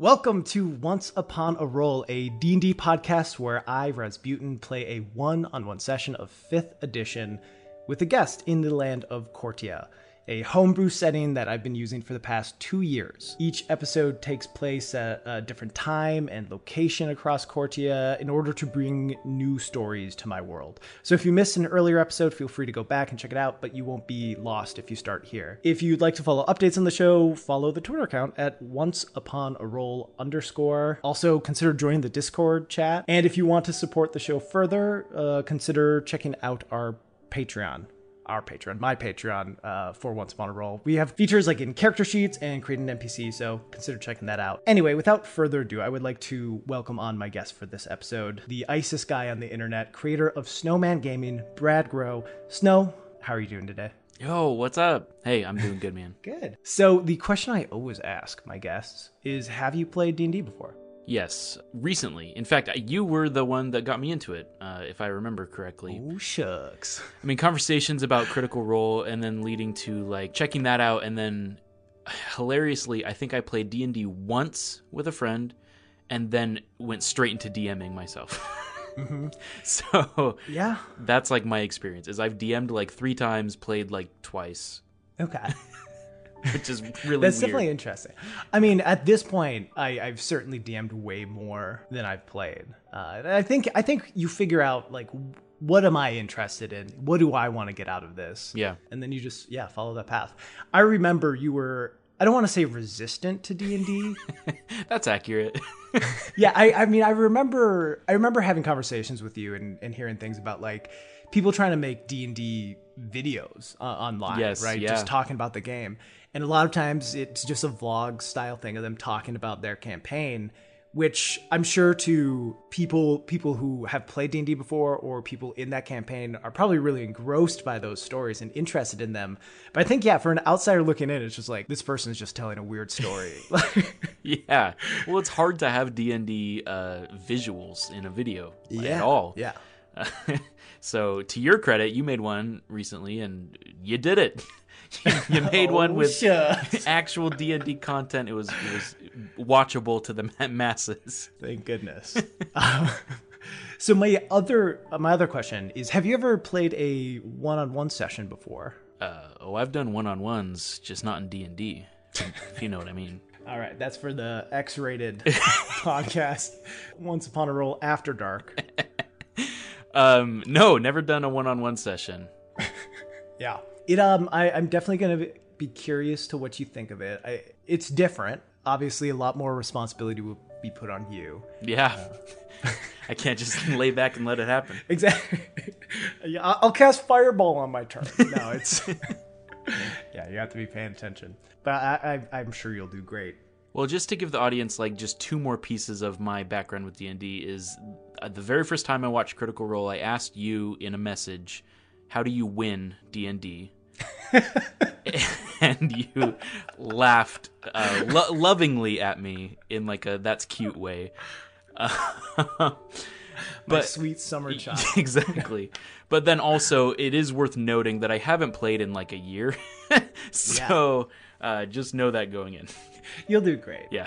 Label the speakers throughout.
Speaker 1: Welcome to Once Upon a Roll, a D&D podcast where I, Rasputin, play a one-on-one session of 5th edition with a guest in the land of Cortia, a homebrew setting that I've been using for the past two years. Each episode takes place at a different time and location across Cortia in order to bring new stories to my world. So if you missed an earlier episode, feel free to go back and check it out, but you won't be lost if you start here. If you'd like to follow updates on the show, follow the Twitter account at once upon a roll underscore. Also consider joining the Discord chat. And if you want to support the show further, uh, consider checking out our Patreon. Our Patreon, my Patreon, uh, for Once Upon a Roll. We have features like in character sheets and create an NPC, so consider checking that out. Anyway, without further ado, I would like to welcome on my guest for this episode, the ISIS guy on the internet, creator of Snowman Gaming, Brad Grow. Snow, how are you doing today?
Speaker 2: Yo, what's up? Hey, I'm doing good, man.
Speaker 1: Good. So the question I always ask my guests is, have you played D&D before?
Speaker 2: yes, recently. In fact, you were the one that got me into it, uh, if I remember correctly.
Speaker 1: Oh, shucks.
Speaker 2: I mean, conversations about Critical Role, and then leading to like checking that out, and then hilariously, I think I played D and D once with a friend, and then went straight into DMing myself.
Speaker 1: Mm-hmm.
Speaker 2: So
Speaker 1: Yeah.
Speaker 2: that's like my experience. Is I've DM'd like three times, played like twice,
Speaker 1: Okay.
Speaker 2: which is really
Speaker 1: That's
Speaker 2: weird.
Speaker 1: definitely interesting. I mean, at this point, I, I've certainly DM'd way more than I've played. Uh, and I think I think you figure out like what am I interested in? What do I want to get out of this?
Speaker 2: Yeah.
Speaker 1: and then you just yeah follow that path. I remember you were I don't want to say resistant to D and D.
Speaker 2: That's accurate.
Speaker 1: Yeah, I, I mean, I remember I remember having conversations with you and, and hearing things about like people trying to make D and D videos uh, online,
Speaker 2: Yes,
Speaker 1: right?
Speaker 2: yeah.
Speaker 1: Just talking about the game, and a lot of times it's just a vlog style thing of them talking about their campaign, which I'm sure to people people who have played D and D before or people in that campaign are probably really engrossed by those stories and interested in them. But I think yeah, for an outsider looking in, it's just like this person is just telling a weird story.
Speaker 2: Yeah. Well, it's hard to have D and D uh, visuals in a video at all.
Speaker 1: yeah.
Speaker 2: so, to your credit, you made one recently, and you did it. you made one
Speaker 1: Oh,
Speaker 2: with
Speaker 1: shucks.
Speaker 2: actual D and D content. It was it was watchable to the ma- masses.
Speaker 1: Thank goodness. Um, so my other uh, my other question is: Have you ever played a one-on-one session before?
Speaker 2: Uh, oh, I've done one on ones, just not in D and D. If you know what I mean.
Speaker 1: All right, that's for the X-rated podcast. Once upon a roll after dark.
Speaker 2: Um, no, never done a one on one session.
Speaker 1: Yeah, it. Um, I, I'm definitely gonna be curious to what you think of it. I, it's different. Obviously, a lot more responsibility will be put on you.
Speaker 2: Yeah. I can't just lay back and let it happen.
Speaker 1: Exactly. yeah, I- I'll cast fireball on my turn. No, it's. yeah, you have to be paying attention. But I, I, I'm sure you'll do great.
Speaker 2: Well, just to give the audience like just two more pieces of my background with D&D is uh, the very first time I watched Critical Role, I asked you in a message, "How do you win D&D?" and you laughed uh, lo- lovingly at me in like a that's cute way. Uh,
Speaker 1: My
Speaker 2: But-
Speaker 1: sweet summer child.
Speaker 2: exactly. But then also, it is worth noting that I haven't played in like a year, so uh, just know that going in.
Speaker 1: You'll do great.
Speaker 2: Yeah,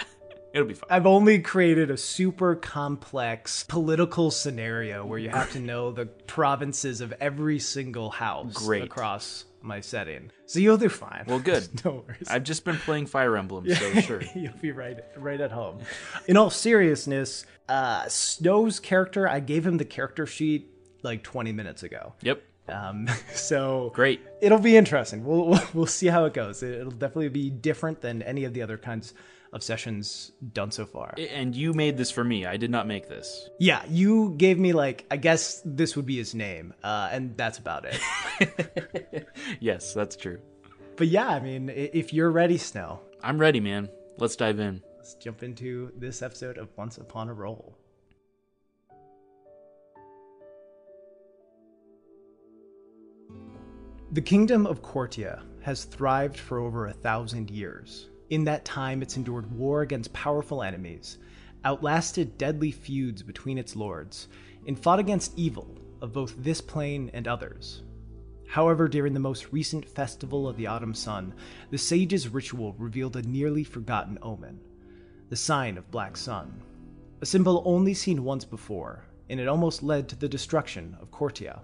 Speaker 2: it'll be fun.
Speaker 1: I've only created a super complex political scenario where you have to know the provinces of every single house
Speaker 2: Great.
Speaker 1: across my setting. So you'll do fine.
Speaker 2: Well, good.
Speaker 1: no worries.
Speaker 2: I've just been playing Fire Emblem, so sure.
Speaker 1: You'll be right right at home. In all seriousness, uh, Snow's character, I gave him the character sheet like 20 minutes ago.
Speaker 2: Yep.
Speaker 1: Um, so
Speaker 2: Great.
Speaker 1: It'll be interesting. We'll, we'll we'll see how it goes. It, will definitely be different than any of the other kinds of sessions done so far.
Speaker 2: And you made this for me. I did not make this.
Speaker 1: yeah, you gave me like I guess this would be his name, uh, and that's about it.
Speaker 2: Yes, that's true.
Speaker 1: but yeah, I mean, i- if you're ready, Snow,
Speaker 2: I'm ready, man. Let's dive in.
Speaker 1: let's jump into this episode of Once Upon a Roll. The kingdom of Cortia has thrived for over a thousand years. In that time, it's endured war against powerful enemies, outlasted deadly feuds between its lords, and fought against evil of both this plane and others. However, during the most recent festival of the autumn sun, the sage's ritual revealed a nearly forgotten omen. the sign of Black Sun, a symbol only seen once before, and it almost led to the destruction of Cortia.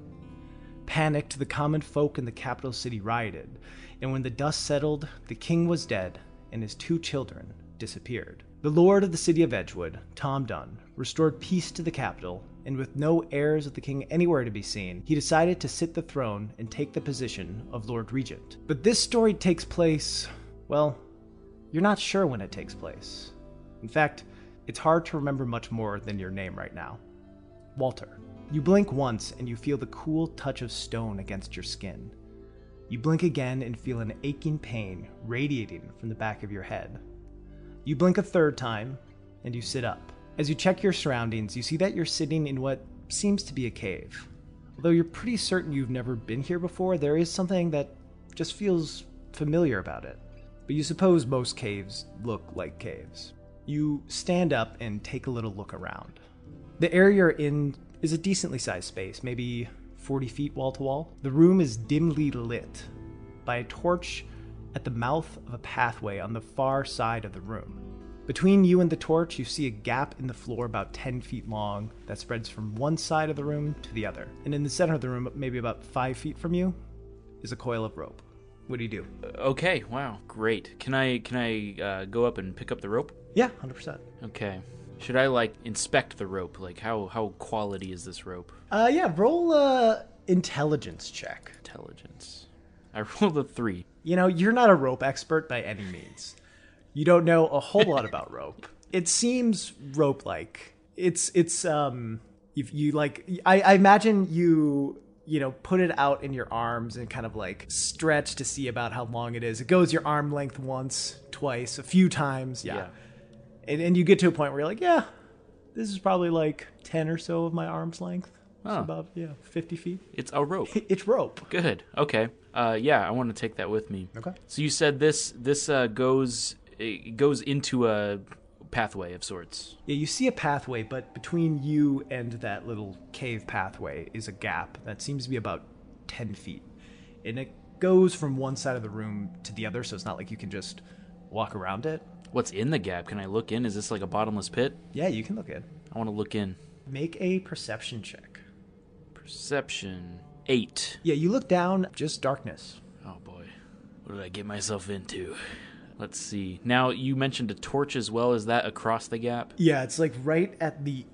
Speaker 1: Panicked, the common folk in the capital city rioted, and when the dust settled, the king was dead and his two children disappeared. The lord of the city of Edgewood, Tom Dunn, restored peace to the capital, and with no heirs of the king anywhere to be seen, he decided to sit the throne and take the position of Lord Regent. But this story takes place, well, you're not sure when it takes place. In fact, it's hard to remember much more than your name right now Walter. You blink once and you feel the cool touch of stone against your skin. You blink again and feel an aching pain radiating from the back of your head. You blink a third time and you sit up. As you check your surroundings, you see that you're sitting in what seems to be a cave. Although you're pretty certain you've never been here before, there is something that just feels familiar about it. But you suppose most caves look like caves. You stand up and take a little look around. The area you're in is a decently sized space, maybe 40 feet wall to wall. The room is dimly lit by a torch at the mouth of a pathway on the far side of the room. Between you and the torch, you see a gap in the floor about 10 feet long that spreads from one side of the room to the other. And in the center of the room, maybe about 5 feet from you, is a coil of rope. What do you do?
Speaker 2: Okay. Wow. Great. Can I can I uh, go up and pick up the rope?
Speaker 1: Yeah, 100%.
Speaker 2: Okay. Should I like inspect the rope? Like how how quality is this rope?
Speaker 1: Uh, yeah, roll a intelligence check.
Speaker 2: Intelligence. I rolled a three.
Speaker 1: You know, you're not a rope expert by any means. You don't know a whole lot about rope. It seems rope like. It's it's um if you like I, I imagine you you know put it out in your arms and kind of like stretch to see about how long it is. It goes your arm length once, twice, a few times, yeah.
Speaker 2: Yeah.
Speaker 1: And and you get to a point where you're like, yeah, this is probably like ten or so of my arm's length. It's
Speaker 2: Huh.
Speaker 1: about yeah, fifty feet.
Speaker 2: It's a rope.
Speaker 1: It's rope.
Speaker 2: Good. Okay. Uh, yeah, I want to take that with me.
Speaker 1: Okay.
Speaker 2: So you said this this uh, goes it goes into a pathway of sorts.
Speaker 1: Yeah, you see a pathway, but between you and that little cave pathway is a gap that seems to be about 10 feet. And it goes from one side of the room to the other, so it's not like you can just walk around it.
Speaker 2: What's in the gap? Can I look in? Is this like a bottomless pit?
Speaker 1: Yeah, you can look in.
Speaker 2: I want to look in.
Speaker 1: Make a perception check.
Speaker 2: Perception eight.
Speaker 1: Yeah, you look down, just darkness.
Speaker 2: Oh boy, what did I get myself into? Let's see. Now you mentioned a torch as well. Is that across the gap?
Speaker 1: Yeah, it's like right at the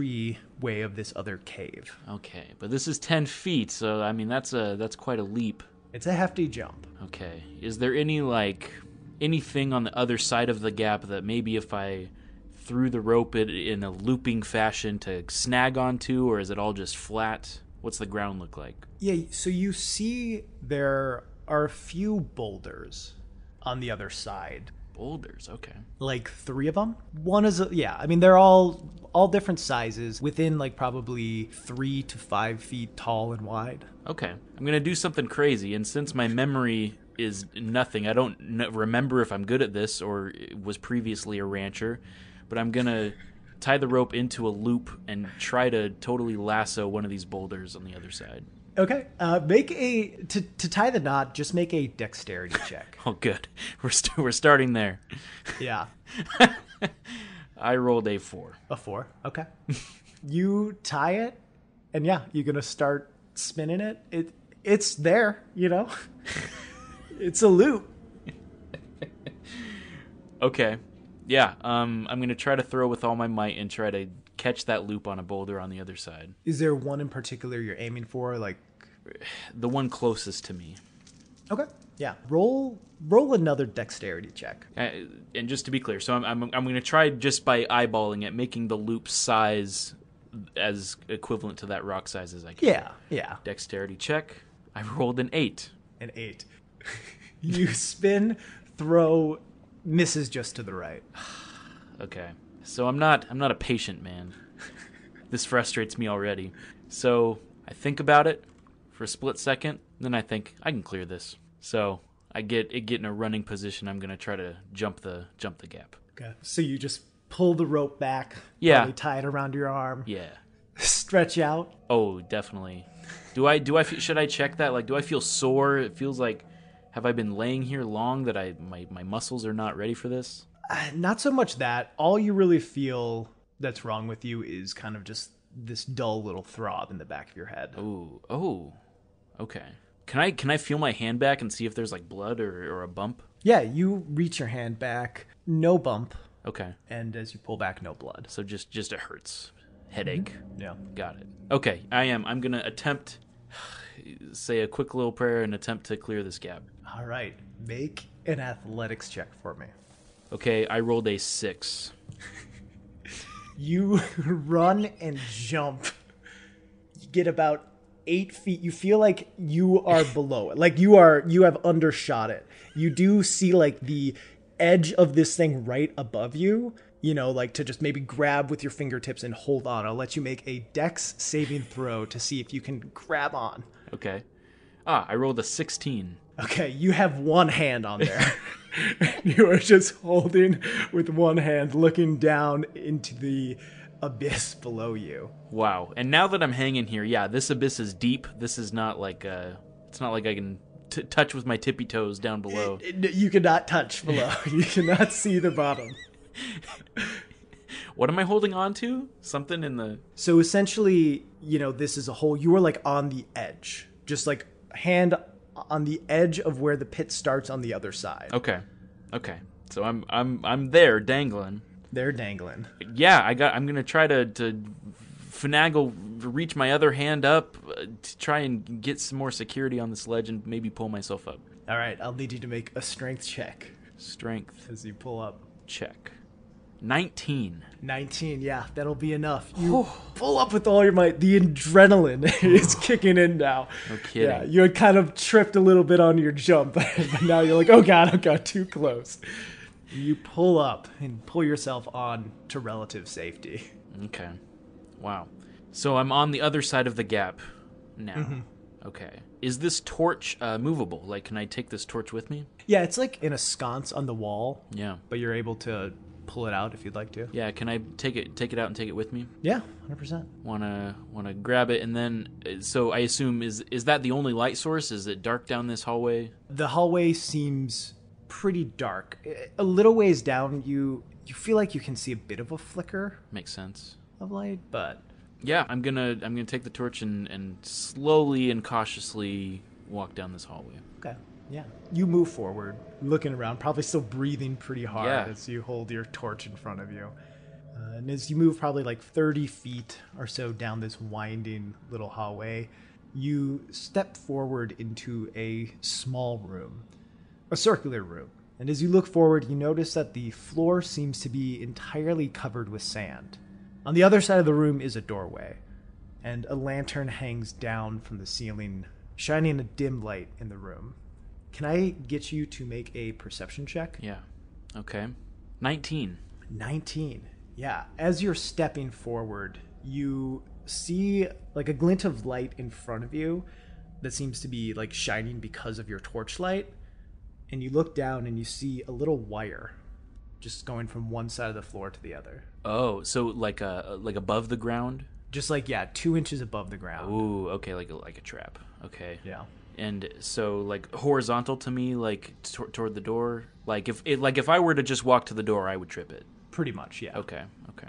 Speaker 1: entryway of this other cave.
Speaker 2: Okay, but this is ten feet, so I mean that's a that's quite a leap.
Speaker 1: It's a hefty jump.
Speaker 2: Okay. Is there any like anything on the other side of the gap that maybe if I threw the rope it in a looping fashion to snag onto, or is it all just flat? What's the ground look like?
Speaker 1: Yeah, so you see there are a few boulders on the other side.
Speaker 2: Boulders. Okay.
Speaker 1: like three of them. One is a, yeah, I mean they're all all different sizes within like probably three to five feet tall and wide.
Speaker 2: Okay. I'm gonna do something crazy, and since my memory is nothing, I don't kn- remember if I'm good at this or was previously a rancher, but I'm gonna tie the rope into a loop and try to totally lasso one of these boulders on the other side.
Speaker 1: Okay, uh, make a to to tie the knot. Just make a dexterity check.
Speaker 2: Oh, good. We're st- we're starting there.
Speaker 1: yeah,
Speaker 2: I rolled a four.
Speaker 1: a four. Okay, you tie it, and yeah, you're gonna start spinning it. It it's there, you know. it's a loop.
Speaker 2: Okay. Yeah. Um. I'm gonna try to throw with all my might and try to catch that loop on a boulder on the other side,
Speaker 1: Is there one in particular you're aiming for? Like,
Speaker 2: the one closest to me.
Speaker 1: okay, yeah. Roll roll another dexterity check.
Speaker 2: I, Uh, and just to be clear, so I'm I'm I'm gonna try just by eyeballing it, making the loop size as equivalent to that rock size as I can.
Speaker 1: Yeah, yeah.
Speaker 2: Dexterity check. I rolled an eight.
Speaker 1: an eight. you spin, throw, misses just to the right.
Speaker 2: Okay. So I'm not I'm not a patient man. this frustrates me already. So I think about it for a split second, then I think I can clear this. So I get it get in a running position. I'm gonna try to jump the jump the gap.
Speaker 1: Okay. So you just pull the rope back.
Speaker 2: Yeah.
Speaker 1: probably tie it around your arm.
Speaker 2: Yeah.
Speaker 1: Stretch out.
Speaker 2: Oh, definitely. Do I do I fe- should I check that? Like, do I feel sore? It feels like have I been laying here long that I my my muscles are not ready for this?
Speaker 1: uh, not so much that. All you really feel that's wrong with you is kind of just this dull little throb in the back of your head.
Speaker 2: Ooh, oh, okay. Can I can I feel my hand back and see if there's like blood or, or a bump?
Speaker 1: Yeah, you reach your hand back, no bump,
Speaker 2: Okay,
Speaker 1: and as you pull back, no blood.
Speaker 2: so just just it hurts, headache.
Speaker 1: Yeah.
Speaker 2: Got it. Okay, I am. I'm gonna attempt say a quick little prayer and attempt to clear this gap.
Speaker 1: All right, make an athletics check for me.
Speaker 2: Okay, I rolled a six.
Speaker 1: You run and jump. You get about eight feet. You feel like you are below it. Like you are you have undershot it. You do see like the edge of this thing right above you. You know, like to just maybe grab with your fingertips and hold on. I'll let you make a dex saving throw to see if you can grab on.
Speaker 2: Okay. Ah, I rolled a sixteen.
Speaker 1: Okay, you have one hand on there. you are just holding with one hand, looking down into the abyss below you.
Speaker 2: Wow. And now that I'm hanging here, yeah, this abyss is deep. This is not like uh it's not like I can t- touch with my tippy toes down below.
Speaker 1: N- You cannot touch below. you cannot see the bottom.
Speaker 2: What am I holding on to? Something in the
Speaker 1: So essentially, you know, this is a hole. You are like on the edge, just like hand on the edge of where the pit starts on the other side.
Speaker 2: Okay. Okay. So I'm I'm I'm there dangling.
Speaker 1: They're dangling.
Speaker 2: Yeah, I got I'm going to try to to finagle reach my other hand up uh, to try and get some more security on this ledge and maybe pull myself up.
Speaker 1: All right, I'll need you to make a strength check
Speaker 2: Strength
Speaker 1: as you pull up.
Speaker 2: check. 19.
Speaker 1: 19, yeah, that'll be enough. You pull up with all your might. The adrenaline is kicking in now.
Speaker 2: No kidding.
Speaker 1: Yeah, you had kind of tripped a little bit on your jump, but now you're like, oh god, I got too close. You pull up and pull yourself on to relative safety.
Speaker 2: Okay. Wow. So I'm on the other side of the gap now. Okay. Is this torch uh, movable? Like, can I take this torch with me?
Speaker 1: Yeah, it's like in a sconce on the wall,
Speaker 2: Yeah.
Speaker 1: but you're able to pull it out if you'd like to.
Speaker 2: Yeah. Can I take it? Take it out and take it with me?
Speaker 1: Yeah, 100%.
Speaker 2: Wanna wanna grab it and then? uh, So I assume is is that the only light source? Is it dark down this hallway?
Speaker 1: the hallway seems pretty dark. A little ways down, you you feel like you can see a bit of a flicker
Speaker 2: Makes sense.
Speaker 1: of light, but
Speaker 2: Yeah. I'm gonna I'm gonna take the torch and and slowly and cautiously walk down this hallway.
Speaker 1: Okay. Yeah. You move forward, looking around, probably still breathing pretty hard
Speaker 2: Yeah.
Speaker 1: as you hold your torch in front of you. Uh, and as you move probably like 30 feet or so down this winding little hallway, you step forward into a small room, a circular room. And as you look forward, you notice that the floor seems to be entirely covered with sand. On the other side of the room is a doorway, and a lantern hangs down from the ceiling, shining a dim light in the room. Can I get you to make a perception check?
Speaker 2: Yeah. Okay. Nineteen.
Speaker 1: 19. Yeah. As you're stepping forward, you see like a glint of light in front of you that seems to be like shining because of your torchlight. And you look down and you see a little wire just going from one side of the floor to the other.
Speaker 2: Oh, so like uh like above the ground.
Speaker 1: Just like, yeah, two inches above the ground.
Speaker 2: Ooh, okay, like a, like a trap. Okay.
Speaker 1: Yeah.
Speaker 2: And so like horizontal to me, like tor- toward the door. Like if it, like if I were to just walk to the door, I would trip it.
Speaker 1: Pretty much, yeah.
Speaker 2: Okay. Okay.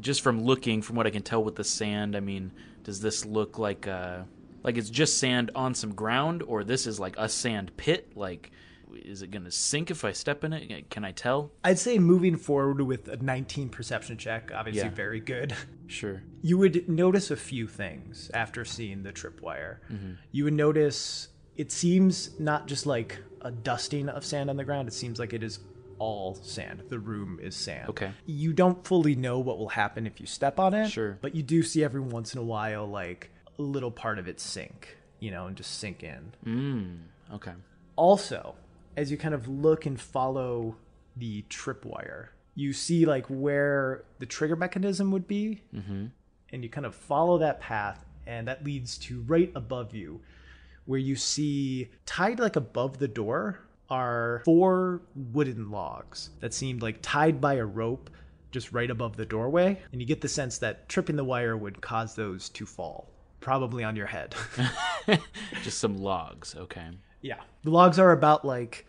Speaker 2: Just from looking, from what I can tell with the sand, I mean, does this look like uh like it's just sand on some ground, or this is like a sand pit? Like, is it gonna sink if I step in it? Can I tell?
Speaker 1: I'd say moving forward with a 19 perception check, obviously
Speaker 2: Yeah.
Speaker 1: very good.
Speaker 2: Sure.
Speaker 1: You would notice a few things after seeing the tripwire.
Speaker 2: Mm-hmm.
Speaker 1: You would notice it seems not just like a dusting of sand on the ground, it seems like it is all sand. The room is sand.
Speaker 2: Okay.
Speaker 1: You don't fully know what will happen if you step on it.
Speaker 2: Sure.
Speaker 1: But you do see every once in a while, like a little part of it sink, you know, and just sink in
Speaker 2: Mm. Okay.
Speaker 1: also as you kind of look and follow the tripwire you see like where the trigger mechanism would be and you kind of follow that path and that leads to right above you where you see tied like above the door are four wooden logs that seemed like tied by a rope just right above the doorway and you get the sense that tripping the wire would cause those to fall probably on your head
Speaker 2: just some logs. Okay.
Speaker 1: Yeah. The logs are about like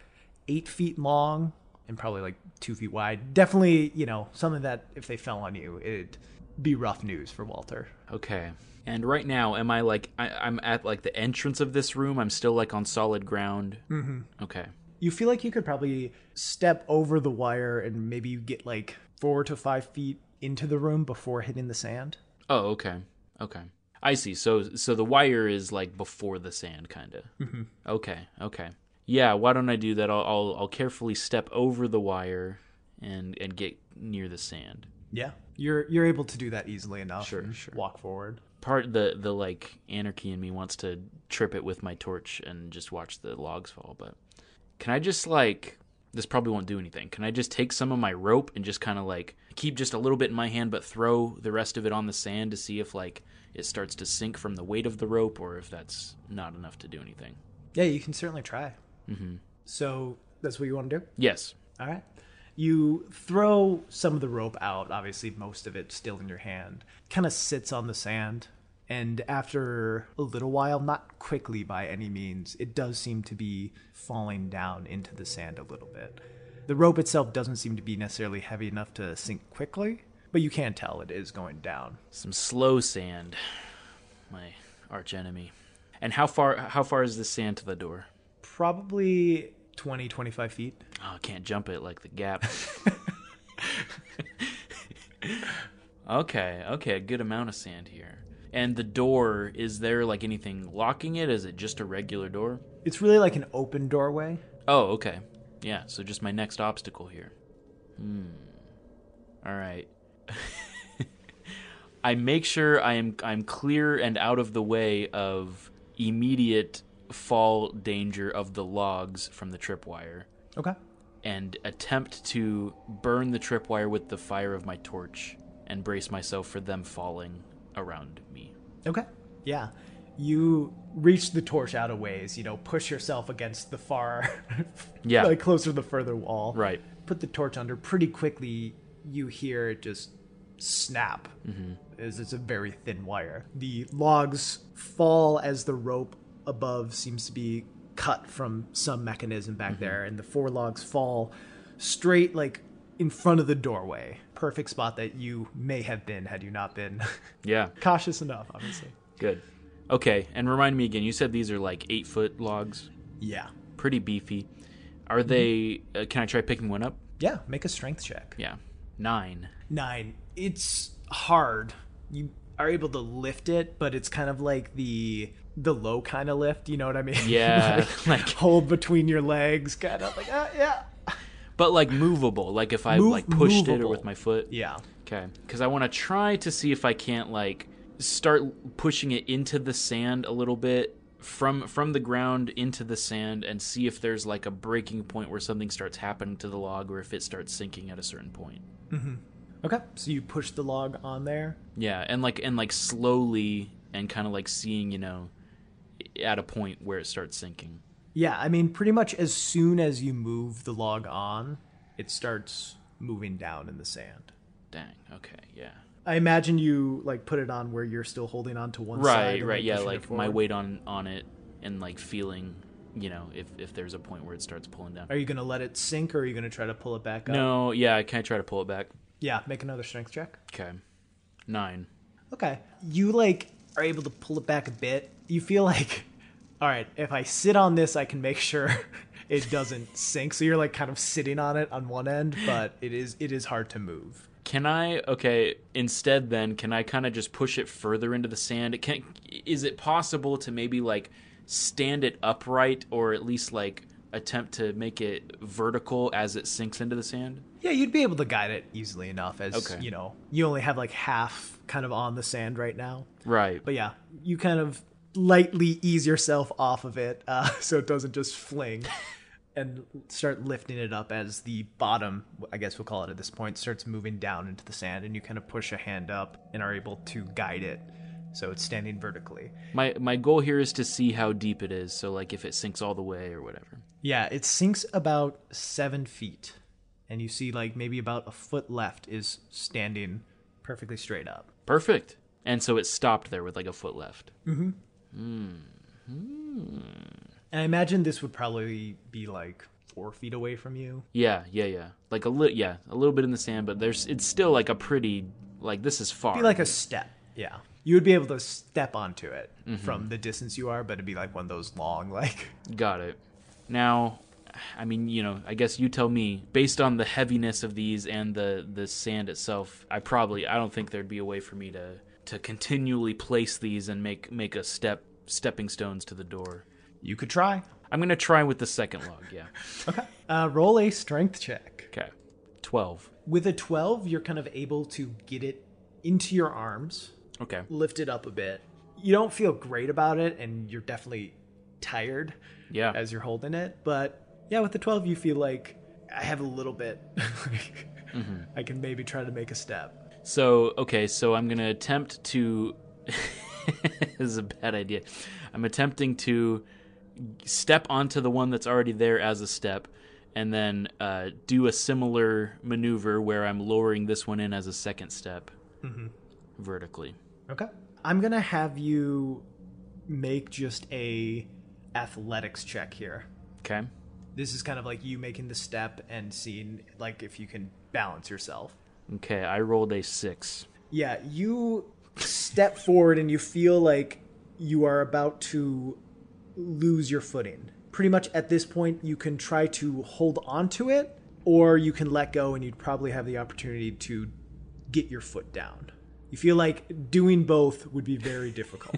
Speaker 1: eight feet long, and probably like two feet wide. Definitely, you know, something that if they fell on you, it'd be rough news for Walter.
Speaker 2: Okay. And right now, am I like I, I'm at like the entrance of this room? I'm still like on solid ground.
Speaker 1: Mm-hmm.
Speaker 2: Okay.
Speaker 1: You feel like you could probably step over the wire and maybe you get like four to five feet into the room before hitting the sand.
Speaker 2: Oh, okay. Okay. I see. So so the wire is like before the sand, kind of.
Speaker 1: Mhm.
Speaker 2: Okay. Okay. Yeah. Why don't I do that? I'll, I'll I'll carefully step over the wire and and get near the sand.
Speaker 1: Yeah, you're you're able to do that easily enough.
Speaker 2: Sure,
Speaker 1: and
Speaker 2: sure.
Speaker 1: Walk forward.
Speaker 2: Part the the like anarchy in me wants to trip it with my torch and just watch the logs fall. But can I just like this probably won't do anything. Can I just take some of my rope and just kind of like keep just a little bit in my hand, but throw the rest of it on the sand to see if like it starts to sink from the weight of the rope or if that's not enough to do anything.
Speaker 1: Yeah, you can certainly try. Mm-hmm. So that's what you want to do.
Speaker 2: Yes.
Speaker 1: All right. You throw some of the rope out, obviously, most of it still in your hand, kind of sits on the sand. And after a little while, not quickly by any means, it does seem to be falling down into the sand a little bit. The rope itself doesn't seem to be necessarily heavy enough to sink quickly, but you can tell it is going down.
Speaker 2: Some slow sand. My arch enemy. And how far how far is the sand to the door?
Speaker 1: Probably 20, 25 feet.
Speaker 2: Oh, I can't jump it like the gap. okay, okay, a good amount of sand here. And the door, is there like anything locking it? Is it just a regular door?
Speaker 1: It's really like an open doorway.
Speaker 2: Oh, okay. Yeah, so just my next obstacle here. Hmm. All right. I make sure I am I'm clear and out of the way of immediate fall danger of the logs from the tripwire
Speaker 1: Okay.
Speaker 2: and attempt to burn the tripwire with the fire of my torch and brace myself for them falling around me.
Speaker 1: Okay. Yeah. You reach the torch out a ways, you know, push yourself against the far,
Speaker 2: Yeah.
Speaker 1: like closer to the further wall.
Speaker 2: Right.
Speaker 1: Put the torch under pretty quickly. You hear it just snap
Speaker 2: Mm-hmm.
Speaker 1: as it's a very thin wire. The logs fall as the rope above seems to be cut from some mechanism back
Speaker 2: Mm-hmm.
Speaker 1: there, and the four logs fall straight, like in front of the doorway. Perfect spot that you may have been had you not been
Speaker 2: Yeah.
Speaker 1: cautious enough, obviously.
Speaker 2: Good. Okay, and remind me again, you said these are like 8 foot logs.
Speaker 1: Yeah.
Speaker 2: pretty beefy. Are they? Uh, can I try picking one up?
Speaker 1: Yeah, make a strength check.
Speaker 2: Yeah, nine.
Speaker 1: Nine. It's hard. You are able to lift it, but it's kind of like the the low kind of lift. You know what I mean?
Speaker 2: Yeah,
Speaker 1: like,
Speaker 2: like-
Speaker 1: hold between your legs, kind of like ah, yeah,
Speaker 2: But like movable, like if I
Speaker 1: Move-
Speaker 2: like pushed it or
Speaker 1: movable.
Speaker 2: with my foot.
Speaker 1: yeah.
Speaker 2: Okay, because I want to try to see if I can't like start pushing it into the sand a little bit from from the ground into the sand and see if there's like a breaking point where something starts happening to the log or if it starts sinking at a certain point.
Speaker 1: Okay, so you push the log on there.
Speaker 2: Yeah, and like and like slowly and kind of like seeing you know at a point where it starts sinking.
Speaker 1: Yeah, I mean, pretty much as soon as you move the log on, it starts moving down in the sand.
Speaker 2: Dang. Okay. Yeah.
Speaker 1: I imagine you like put it on where you're still holding on to one side.
Speaker 2: right
Speaker 1: and,
Speaker 2: right yeah
Speaker 1: pushing it
Speaker 2: like my
Speaker 1: forward.
Speaker 2: weight on on it and like feeling you know if if there's a point where it starts pulling down
Speaker 1: Are you gonna let it sink, or are you gonna try to pull it back up?
Speaker 2: no yeah i kind of try to pull it back
Speaker 1: Yeah, make another strength check.
Speaker 2: okay nine
Speaker 1: Okay. You like are able to pull it back a bit. You feel like, all right, if I sit on this, I can make sure it doesn't sink. So you're like kind of sitting on it on one end, but it is it is hard to move.
Speaker 2: can i okay instead then can i kind of just push it further into the sand it can is it possible to maybe like stand it upright or at least like attempt to make it vertical as it sinks into the sand
Speaker 1: Yeah, you'd be able to guide it easily enough as
Speaker 2: Okay.
Speaker 1: you know you only have like half kind of on the sand right now.
Speaker 2: right
Speaker 1: But yeah, you kind of lightly ease yourself off of it uh, so it doesn't just fling and start lifting it up as the bottom, I guess we'll call it at this point, starts moving down into the sand and you kind of push a hand up and are able to guide it so it's standing vertically.
Speaker 2: my my goal here is to see how deep it is so like if it sinks all the way or whatever
Speaker 1: Yeah, it sinks about seven feet and you see like maybe about a foot left is standing perfectly straight up.
Speaker 2: Perfect. And so it stopped there with like a foot left.
Speaker 1: And I imagine this would probably be like four feet away from you.
Speaker 2: Yeah, yeah, yeah. Like a little, yeah, a little bit in the sand, but there's it's still like a pretty like this is far.
Speaker 1: Be like a step. Yeah. You would be able to step onto it from the distance you are, but it'd be like one of those long, like
Speaker 2: Got it. Now, I mean, you know, I guess you tell me. Based on the heaviness of these and the the sand itself, I probably I don't think there'd be a way for me to to continually place these and make make a step stepping stones to the door.
Speaker 1: you could try.
Speaker 2: I'm gonna try with the second log. Yeah.
Speaker 1: Uh, roll a strength check.
Speaker 2: Okay. Twelve.
Speaker 1: With a 12, you're kind of able to get it into your arms,
Speaker 2: Okay.
Speaker 1: lift it up a bit. You don't feel great about it, and you're definitely tired
Speaker 2: Yeah.
Speaker 1: as you're holding it. But yeah, with the 12, you feel like I have a little bit. like, I can maybe try to make a step.
Speaker 2: So okay, so I'm gonna attempt to. this is a bad idea. I'm attempting to step onto the one that's already there as a step, and then uh, do a similar maneuver where I'm lowering this one in as a second step vertically.
Speaker 1: Okay. I'm going to have you make just a athletics check here.
Speaker 2: Okay.
Speaker 1: This is kind of like you making the step and seeing like if you can balance yourself.
Speaker 2: Okay, I rolled a six.
Speaker 1: Yeah, you step forward and you feel like you are about to lose your footing. Pretty much at this point, you can try to hold onto it or you can let go and you'd probably have the opportunity to get your foot down. You feel like doing both would be very difficult.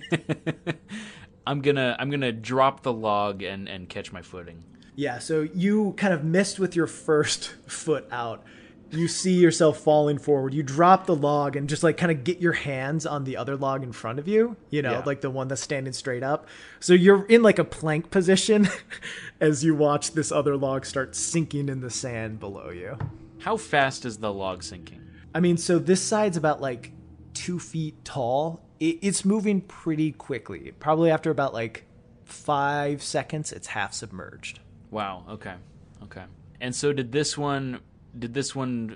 Speaker 2: I'm gonna I'm gonna drop the log and and catch my footing.
Speaker 1: yeah, so you kind of missed with your first foot out. You see yourself falling forward. You drop the log and just like kind of get your hands on the other log in front of you, you know,
Speaker 2: Yeah.
Speaker 1: like the one that's standing straight up. So you're in like a plank position as you watch this other log start sinking in the sand below you.
Speaker 2: How fast is the log sinking?
Speaker 1: I mean, so this side's about like two feet tall. It, it's moving pretty quickly. Probably after about like five seconds, it's half submerged.
Speaker 2: Wow. Okay. Okay. And so did this one? Did this one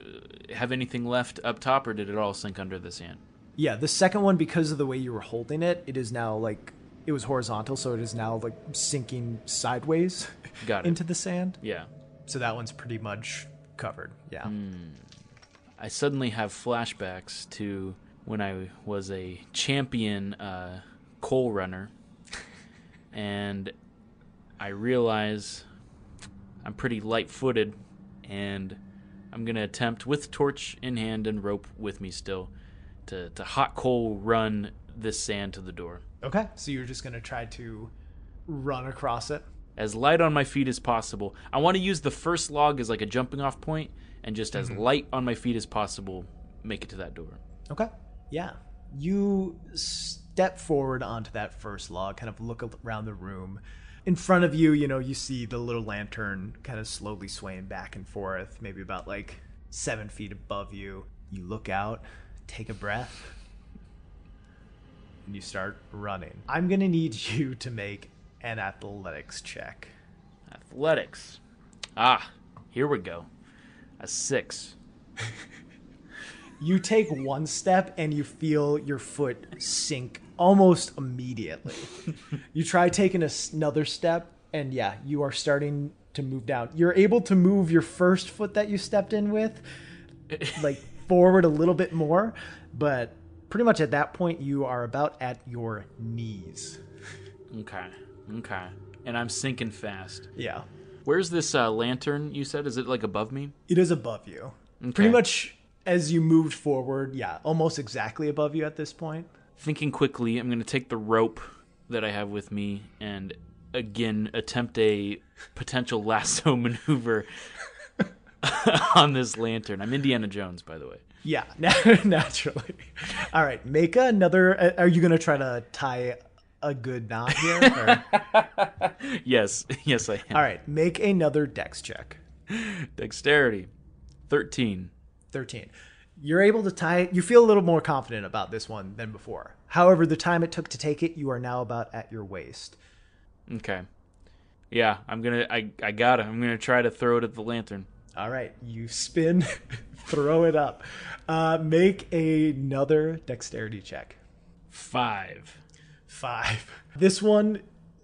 Speaker 2: uh, have anything left up top, or did it all sink under the sand?
Speaker 1: Yeah, the second one, because of the way you were holding it, it is now like it was horizontal, so it is now like sinking sideways
Speaker 2: Got it.
Speaker 1: into the sand.
Speaker 2: Yeah.
Speaker 1: So that one's pretty much covered. Yeah.
Speaker 2: Hmm. I suddenly have flashbacks to when I was a champion uh, coal runner, and I realize I'm pretty light-footed, and I'm gonna attempt with torch in hand and rope with me still to to hot coal run this sand to the door.
Speaker 1: Okay. So you're just gonna try to run across it.
Speaker 2: as light on my feet as possible. I want to use the first log as like a jumping off point and just as light on my feet as possible make it to that door.
Speaker 1: Okay. Yeah. You step forward onto that first log, kind of look around the room. In front of you, you know, you see the little lantern kind of slowly swaying back and forth, maybe about like seven feet above you. You look out, take a breath, and you start running. I'm going to need you to make an athletics check.
Speaker 2: Athletics. Ah, here we go. A 6.
Speaker 1: You take one step and you feel your foot sink almost immediately. you try taking a s- another step, and yeah, you are starting to move down. You're able to move your first foot that you stepped in with, like forward a little bit more, but pretty much at that point, you are about at your knees.
Speaker 2: Okay. Okay. And I'm sinking fast.
Speaker 1: Yeah.
Speaker 2: Where's this uh, lantern you said? Is it like above me?
Speaker 1: It is above you.
Speaker 2: Okay.
Speaker 1: Pretty much as you moved forward, yeah, almost exactly above you at this point.
Speaker 2: Thinking quickly, I'm going to take the rope that I have with me and again attempt a potential lasso maneuver on this lantern. I'm Indiana Jones, by the way.
Speaker 1: Yeah, na- naturally. All right, make another. uh, Are you gonna try to tie a good knot here? or-
Speaker 2: Yes, yes, I am.
Speaker 1: all right, make another dex check.
Speaker 2: Dexterity, thirteen.
Speaker 1: Thirteen. You're able to tie it. You feel a little more confident about this one than before. However, the time it took to take it, you are now about at your waist.
Speaker 2: Okay. Yeah, I'm gonna. I I got it. I'm gonna try to throw it at the lantern.
Speaker 1: All right, you spin, throw it up. Uh, make another dexterity check.
Speaker 2: Five.
Speaker 1: Five. This one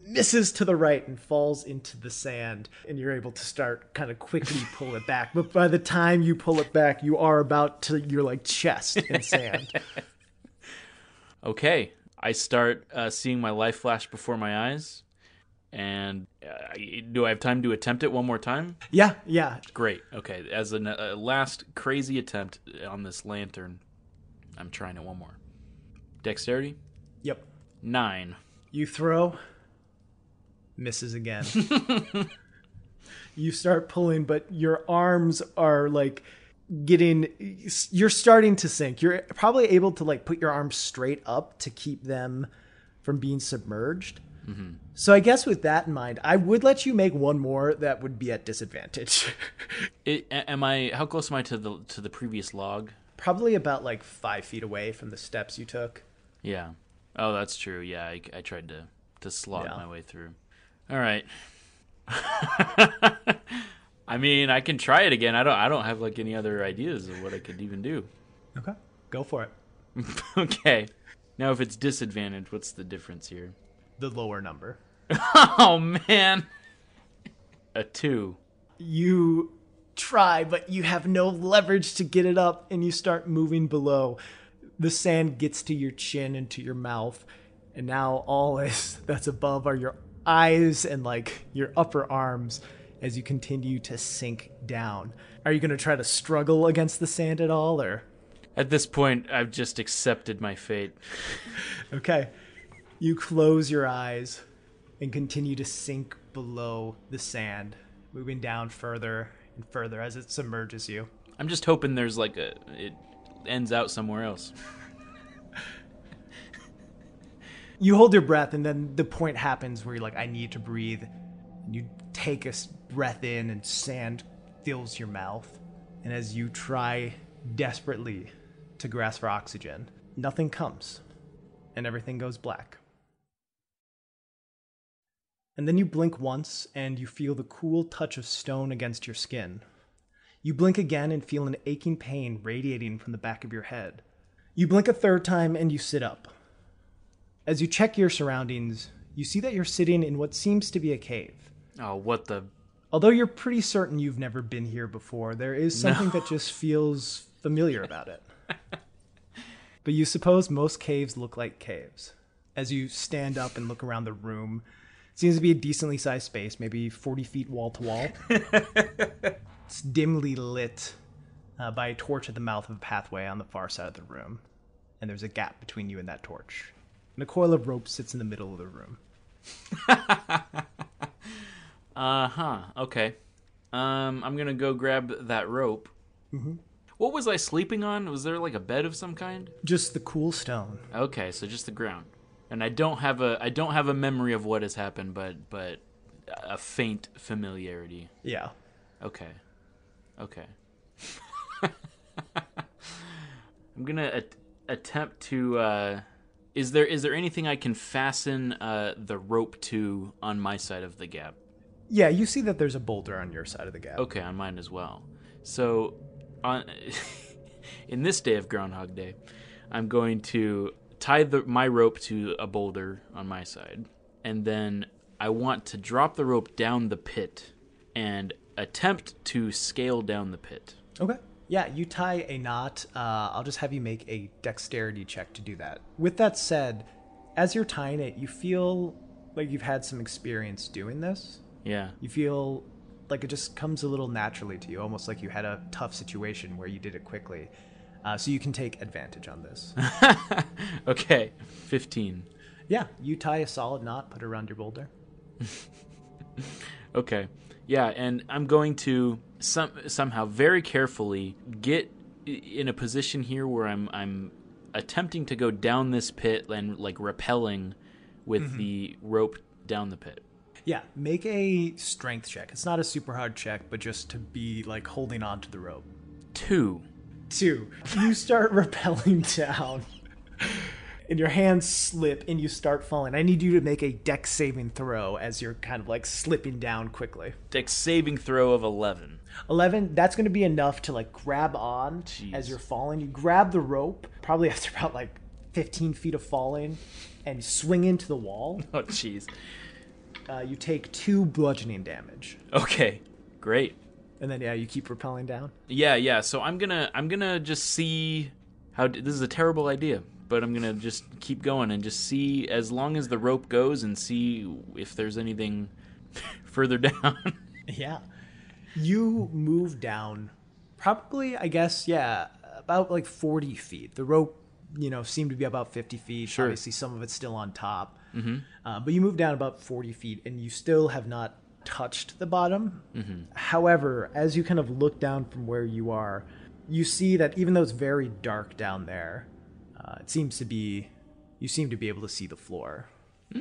Speaker 1: misses to the right and falls into the sand and you're able to start kind of quickly pull it back but by the time you pull it back you are about to you're like chest in sand
Speaker 2: okay i start uh, seeing my life flash before my eyes and uh, do i have time to attempt it one more time
Speaker 1: yeah yeah
Speaker 2: great okay as an, a last crazy attempt on this lantern i'm trying it one more dexterity
Speaker 1: yep
Speaker 2: nine
Speaker 1: you throw misses again. you start pulling, but your arms are like getting, you're starting to sink. You're probably able to like put your arms straight up to keep them from being submerged. Mm-hmm. So I guess with that in mind, I would let you make one more that would be at disadvantage.
Speaker 2: it, am I? How close am I to the to the previous log?
Speaker 1: Probably about like five feet away from the steps you took.
Speaker 2: Yeah. Oh, that's true. Yeah, I, I tried to to slog yeah. my way through. All right. I mean, I can try it again. I don't. I don't have like any other ideas of what I could even do.
Speaker 1: Okay, go for it.
Speaker 2: okay. Now, if it's disadvantage, what's the difference here?
Speaker 1: The lower number.
Speaker 2: oh man. A two.
Speaker 1: You try, but you have no leverage to get it up, and you start moving below. The sand gets to your chin and to your mouth, and now all is that's above are your eyes and like your upper arms as you continue to sink down. Are you going to try to struggle against the sand at all or
Speaker 2: At this point I've just accepted my fate.
Speaker 1: okay. You close your eyes and continue to sink below the sand, moving down further and further as it submerges you.
Speaker 2: I'm just hoping there's like a it ends out somewhere else.
Speaker 1: you hold your breath and then the point happens where you're like i need to breathe and you take a breath in and sand fills your mouth and as you try desperately to grasp for oxygen nothing comes and everything goes black and then you blink once and you feel the cool touch of stone against your skin you blink again and feel an aching pain radiating from the back of your head you blink a third time and you sit up as you check your surroundings, you see that you're sitting in what seems to be a cave.
Speaker 2: Oh, what the?
Speaker 1: Although you're pretty certain you've never been here before, there is something no. that just feels familiar about it. but you suppose most caves look like caves. As you stand up and look around the room, it seems to be a decently sized space, maybe 40 feet wall to wall. It's dimly lit uh, by a torch at the mouth of a pathway on the far side of the room, and there's a gap between you and that torch and a coil of rope sits in the middle of the room.
Speaker 2: uh huh. Okay. Um, I'm gonna go grab that rope. Mm-hmm. What was I sleeping on? Was there like a bed of some kind?
Speaker 1: Just the cool stone.
Speaker 2: Okay, so just the ground, and I don't have a I don't have a memory of what has happened, but but a faint familiarity.
Speaker 1: Yeah.
Speaker 2: Okay. Okay. I'm gonna at- attempt to. Uh, is there is there anything I can fasten uh, the rope to on my side of the gap?
Speaker 1: Yeah, you see that there's a boulder on your side of the gap.
Speaker 2: Okay, on mine as well. So, on in this day of Groundhog Day, I'm going to tie the, my rope to a boulder on my side, and then I want to drop the rope down the pit and attempt to scale down the pit.
Speaker 1: Okay. Yeah, you tie a knot. Uh, I'll just have you make a dexterity check to do that. With that said, as you're tying it, you feel like you've had some experience doing this.
Speaker 2: Yeah.
Speaker 1: You feel like it just comes a little naturally to you, almost like you had a tough situation where you did it quickly. Uh, so you can take advantage on this.
Speaker 2: okay, 15.
Speaker 1: Yeah, you tie a solid knot, put it around your boulder.
Speaker 2: okay. Yeah, and I'm going to some, somehow very carefully get in a position here where I'm I'm attempting to go down this pit and like rappelling with mm-hmm. the rope down the pit.
Speaker 1: Yeah, make a strength check. It's not a super hard check, but just to be like holding on to the rope.
Speaker 2: Two.
Speaker 1: Two. You start rappelling down. and your hands slip and you start falling. I need you to make a deck saving throw as you're kind of like slipping down quickly.
Speaker 2: Deck saving throw of 11.
Speaker 1: 11, that's going to be enough to like grab on Jeez. as you're falling. You grab the rope, probably after about like 15 feet of falling, and swing into the wall.
Speaker 2: Oh, jeez.
Speaker 1: Uh, you take two bludgeoning damage,
Speaker 2: Okay, great.
Speaker 1: and then yeah, you keep repelling down.
Speaker 2: Yeah, yeah. So I'm gonna I'm gonna just see how this is a terrible idea, but I'm gonna just keep going and just see as long as the rope goes and see if there's anything further down.
Speaker 1: Yeah. You move down probably, I guess, yeah, about like 40 feet. The rope, you know, seemed to be about 50 feet.
Speaker 2: Sure.
Speaker 1: Obviously, some of it's still on top. Mm-hmm. Uh, but you move down about 40 feet and you still have not touched the bottom. However, as you kind of look down from where you are, you see that even though it's very dark down there, uh, it seems to be, you seem to be able to see the floor.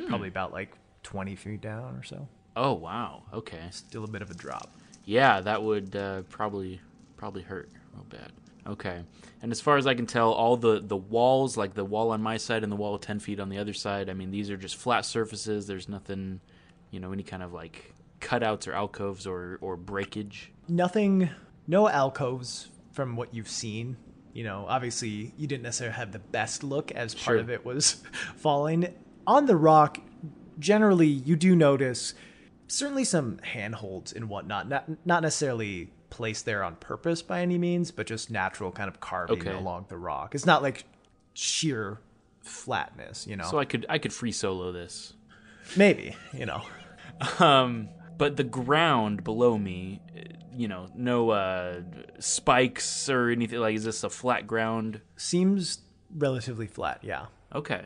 Speaker 1: Probably about like 20 feet down or so.
Speaker 2: oh wow. Okay.
Speaker 1: Still a bit of a drop.
Speaker 2: Yeah, that would uh, probably probably hurt real bad. Okay. And as far as I can tell, all the the walls, like the wall on my side and the wall ten feet on the other side, I mean, these are just flat surfaces. There's nothing, you know, any kind of like cutouts or alcoves or or breakage.
Speaker 1: nothing no alcoves from what you've seen you know obviously you didn't necessarily have the best look as part
Speaker 2: Sure.
Speaker 1: of it was falling on the rock generally you do notice certainly some handholds and whatnot not, not necessarily placed there on purpose by any means but just natural kind of carving
Speaker 2: Okay.
Speaker 1: along the rock it's not like sheer flatness you know
Speaker 2: So I could I could free solo this.
Speaker 1: maybe you know
Speaker 2: Um, but the ground below me, eh, you know, no uh, spikes or anything. Like, is this a flat ground?
Speaker 1: seems relatively flat yeah
Speaker 2: Okay.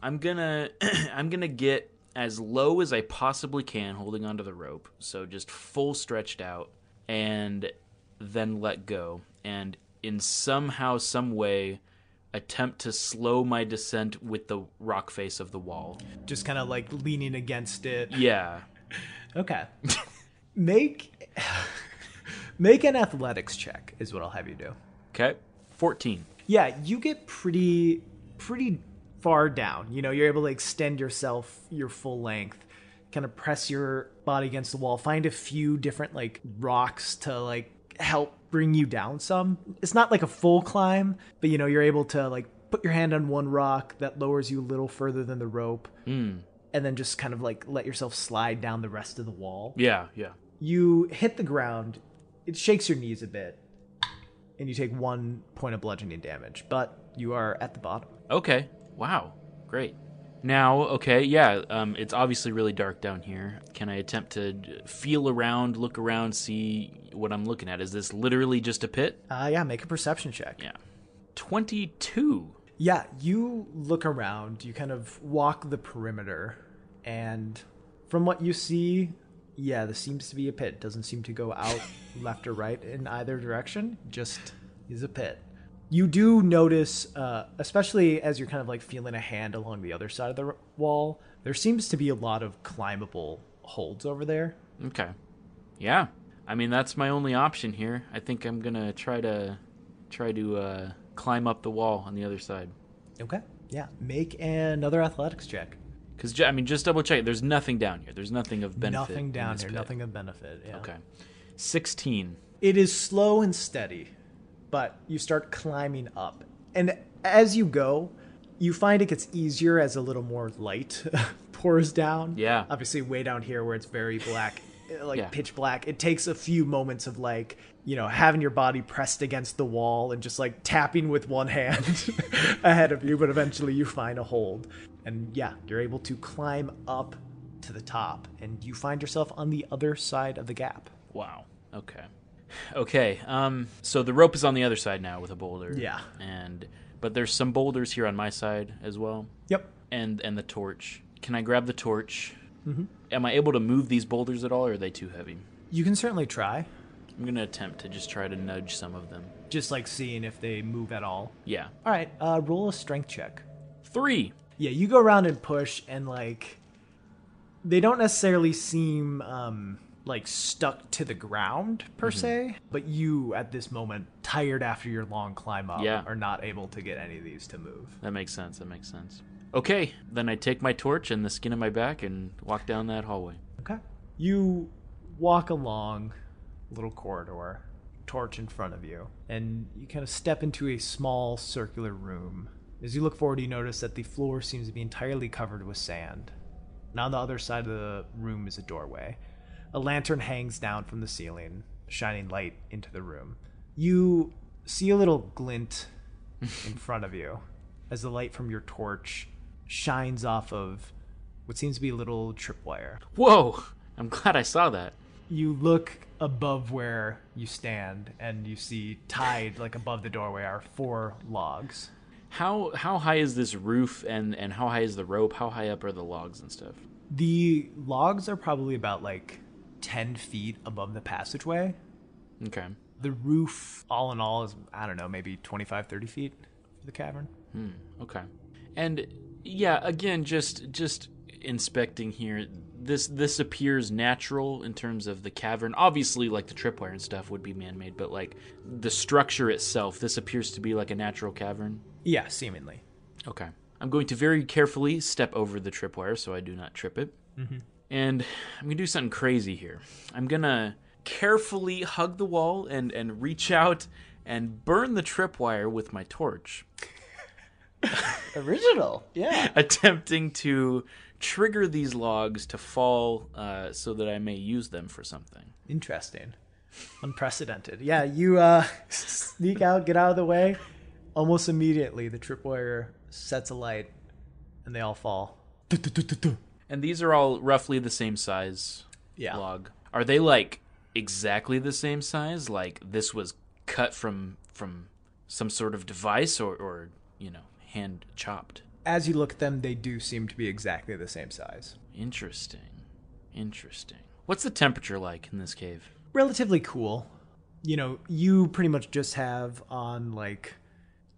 Speaker 2: I'm gonna I'm gonna get as low as I possibly can holding onto the rope. So just full stretched out and then let go and in somehow some way attempt to slow my descent with the rock face of the wall.
Speaker 1: just kind of like leaning against it
Speaker 2: Yeah.
Speaker 1: Okay. make make an athletics check is what I'll have you do.
Speaker 2: Okay. 14.
Speaker 1: Yeah, you get pretty pretty far down. You know, you're able to extend yourself your full length, kind of press your body against the wall, find a few different like rocks to like help bring you down some. It's not like a full climb, but you know, you're able to like put your hand on one rock that lowers you a little further than the rope. And then just kind of like let yourself slide down the rest of the wall
Speaker 2: Yeah, yeah.
Speaker 1: you hit the ground it shakes your knees a bit and you take one point of bludgeoning damage but you are at the bottom
Speaker 2: Okay. Wow. Great. Now, okay, yeah, um, it's obviously really dark down here. Can I attempt to d- feel around, look around, see what I'm looking at? Is this literally just a pit?
Speaker 1: uh yeah make a perception check
Speaker 2: Yeah. 22.
Speaker 1: yeah you look around you kind of walk the perimeter and from what you see yeah this seems to be a pit doesn't seem to go out left or right in either direction just is a pit you do notice uh, especially as you're kind of like feeling a hand along the other side of the r- wall there seems to be a lot of climbable holds over there
Speaker 2: Okay. Yeah. I mean, that's my only option here. I think I'm going to try to try to uh, climb up the wall on the other side.
Speaker 1: okay yeah make another athletics check
Speaker 2: Cuz I mean, just double check. There's nothing down here. There's nothing of benefit.
Speaker 1: nothing
Speaker 2: in
Speaker 1: down
Speaker 2: this
Speaker 1: here
Speaker 2: pit.
Speaker 1: nothing of benefit yeah.
Speaker 2: Okay. 16.
Speaker 1: It is slow and steady, but you start climbing up. And as you go, you find it gets easier as a little more light pours down.
Speaker 2: Yeah.
Speaker 1: Obviously, way down here where it's very black, uh, like
Speaker 2: Yeah.
Speaker 1: pitch black, it takes a few moments of like, you know, having your body pressed against the wall and just like tapping with one hand ahead of you, but eventually you find a hold. And yeah, you're able to climb up to the top and you find yourself on the other side of the gap.
Speaker 2: Wow. Okay. Okay. Um. So the rope is on the other side now with a boulder.
Speaker 1: Yeah.
Speaker 2: And but there's some boulders here on my side as well,
Speaker 1: Yep.
Speaker 2: and and the torch. Can I grab the torch? Mm-hmm. Am I able to move these boulders at all, or are they too heavy?
Speaker 1: You can certainly try.
Speaker 2: I'm gonna attempt to just try to nudge some of them.
Speaker 1: just like seeing if they move at all.
Speaker 2: Yeah.
Speaker 1: All right, uh, roll a strength check.
Speaker 2: Three.
Speaker 1: Yeah, you go around and push, and like, they don't necessarily seem um, like stuck to the ground per se, but you at this moment, tired after your long climb up,
Speaker 2: Yeah.
Speaker 1: are not able to get any of these to move.
Speaker 2: That makes sense. That makes sense. Okay. Then I take my torch and the skin of my back and walk down that hallway.
Speaker 1: Okay. You walk along a little corridor, torch in front of you, and you kind of step into a small circular room. As you look forward, you notice that the floor seems to be entirely covered with sand. and on the other side of the room is a doorway. A lantern hangs down from the ceiling, shining light into the room. You see a little glint in front of you as the light from your torch shines off of what seems to be a little tripwire.
Speaker 2: Whoa! I'm glad I saw that.
Speaker 1: You look above where you stand, and you see tied like above the doorway are four logs.
Speaker 2: How how high is this roof and and how high is the rope? How high up are the logs and stuff?
Speaker 1: The logs are probably about like 10 feet above the passageway.
Speaker 2: Okay.
Speaker 1: The roof, all in all, is, I don't know, maybe 25, 30 feet for the cavern.
Speaker 2: Okay. And yeah, again just just inspecting here this this appears natural in terms of the cavern. Obviously like the tripwire and stuff would be man-made, but like the structure itself, this appears to be like a natural cavern.
Speaker 1: Yeah, seemingly.
Speaker 2: Okay. I'm going to very carefully step over the tripwire so I do not trip it. And I'm going to do something crazy here. I'm going to carefully hug the wall and, and reach out and burn the tripwire with my torch,
Speaker 1: Original, yeah.
Speaker 2: attempting to trigger these logs to fall uh, so that I may use them for something.
Speaker 1: Interesting. Unprecedented. Yeah, you uh, sneak out, get out of the way. Almost immediately, the tripwire sets alight, and they all fall.
Speaker 2: And these are all roughly the same size
Speaker 1: Yeah.
Speaker 2: log. Are they like exactly the same size? Like this was cut from from some sort of device or, or you know, hand chopped?
Speaker 1: As you look at them, they do seem to be exactly the same size.
Speaker 2: Interesting. Interesting. What's the temperature like in this cave?
Speaker 1: relatively cool. You know, you pretty much just have on like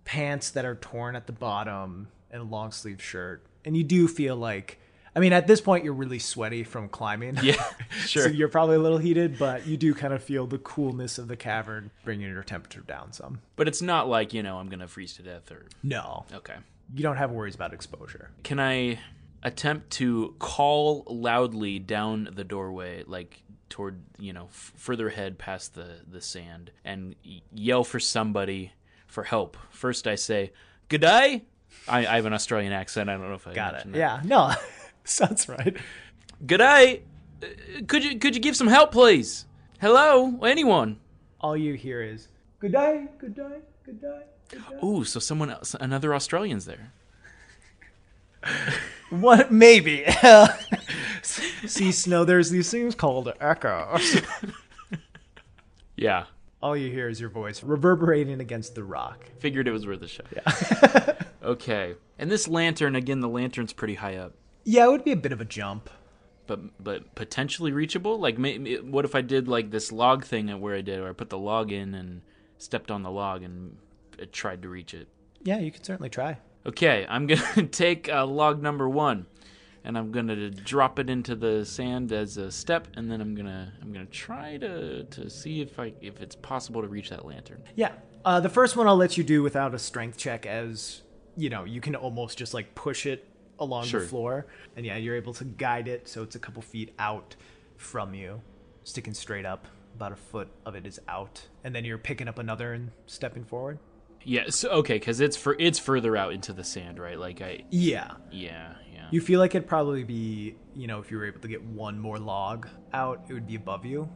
Speaker 1: pants that are torn at the bottom and a long sleeve shirt. And you do feel like I mean, at this point you're really sweaty from climbing.
Speaker 2: Yeah,
Speaker 1: so
Speaker 2: sure.
Speaker 1: you're probably a little heated, but you do kind of feel the coolness of the cavern bringing your temperature down some.
Speaker 2: But it's not like, you know, I'm going to freeze to death or.
Speaker 1: No.
Speaker 2: Okay.
Speaker 1: You don't have worries about exposure.
Speaker 2: Can I attempt to call loudly down the doorway, like toward, you know, f- further ahead past the, the sand and y- yell for somebody for help? First, I say, Good day. I, I have an Australian accent. I don't know if I
Speaker 1: Got it.
Speaker 2: mentioned that.
Speaker 1: Yeah. No. Sounds right.
Speaker 2: Good day. Uh, Could you could you give some help, please? Hello, anyone?
Speaker 1: All you hear is good day, good day, good day.
Speaker 2: Ooh, so someone else, another Australian's there.
Speaker 1: What maybe? See, Snow, there's these things called echoes.
Speaker 2: Yeah,
Speaker 1: All you hear is your voice reverberating against the rock.
Speaker 2: figured it was worth a shot. Yeah. okay, and this lantern again. The lantern's pretty high up,
Speaker 1: Yeah, it would be a bit of a jump.
Speaker 2: but but potentially reachable. Like, may, may- what if I did like this log thing where I did, where I put the log in and stepped on the log and uh, tried to reach it.
Speaker 1: Yeah, you could certainly try.
Speaker 2: Okay, I'm gonna take uh, log number one, and I'm gonna drop it into the sand as a step, and then I'm gonna I'm gonna try to to see if I if it's possible to reach that lantern.
Speaker 1: Yeah. Uh, the first one I'll let you do without a strength check, as you know, you can almost just like push it along
Speaker 2: Sure.
Speaker 1: the floor. And yeah, you're able to guide it so it's a couple feet out from you, sticking straight up. About a foot of it is out. And then you're picking up another and stepping forward.
Speaker 2: Yeah. So okay, because it's for it's further out into the sand, right? Like I
Speaker 1: Yeah.
Speaker 2: yeah yeah.
Speaker 1: You feel like it'd probably be, you know, if you were able to get one more log out, it would be above you.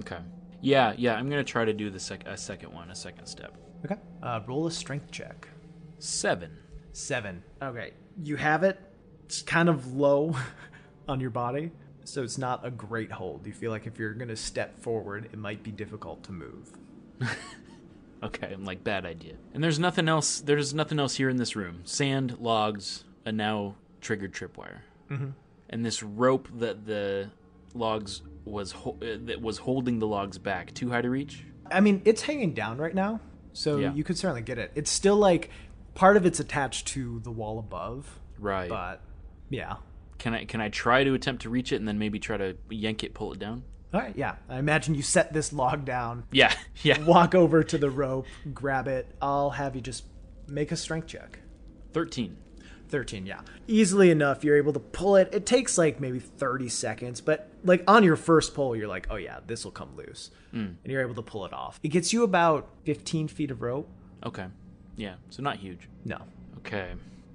Speaker 2: okay. Yeah yeah. I'm gonna try to do the sec a second one, a second step.
Speaker 1: Okay. Uh, roll a strength check.
Speaker 2: Seven.
Speaker 1: Seven. Okay. You have it. It's kind of low on your body, so it's not a great hold. You feel like if you're going to step forward, it might be difficult to move.
Speaker 2: Okay, I'm like bad idea. And there's nothing else. There's nothing else here in this room. Sand, logs, a now triggered tripwire, mm-hmm. and this rope that the logs was ho- uh, that was holding the logs back. Too high to reach.
Speaker 1: I mean, it's hanging down right now, so
Speaker 2: Yeah.
Speaker 1: you could certainly get it. It's still like part of it's attached to the wall above,
Speaker 2: Right.
Speaker 1: but yeah.
Speaker 2: Can I can I try to attempt to reach it and then maybe try to yank it, pull it down?
Speaker 1: All right, yeah. I imagine you set this log down,
Speaker 2: Yeah, yeah.
Speaker 1: walk over to the rope, grab it. I'll have you just make a strength check.
Speaker 2: Thirteen.
Speaker 1: 13, yeah. Easily enough, you're able to pull it. It takes like maybe 30 seconds, but like on your first pull, you're like, oh yeah, this will come loose. And you're able to pull it off. It gets you about 15 feet of rope.
Speaker 2: Okay. Yeah. So not huge.
Speaker 1: No.
Speaker 2: Okay.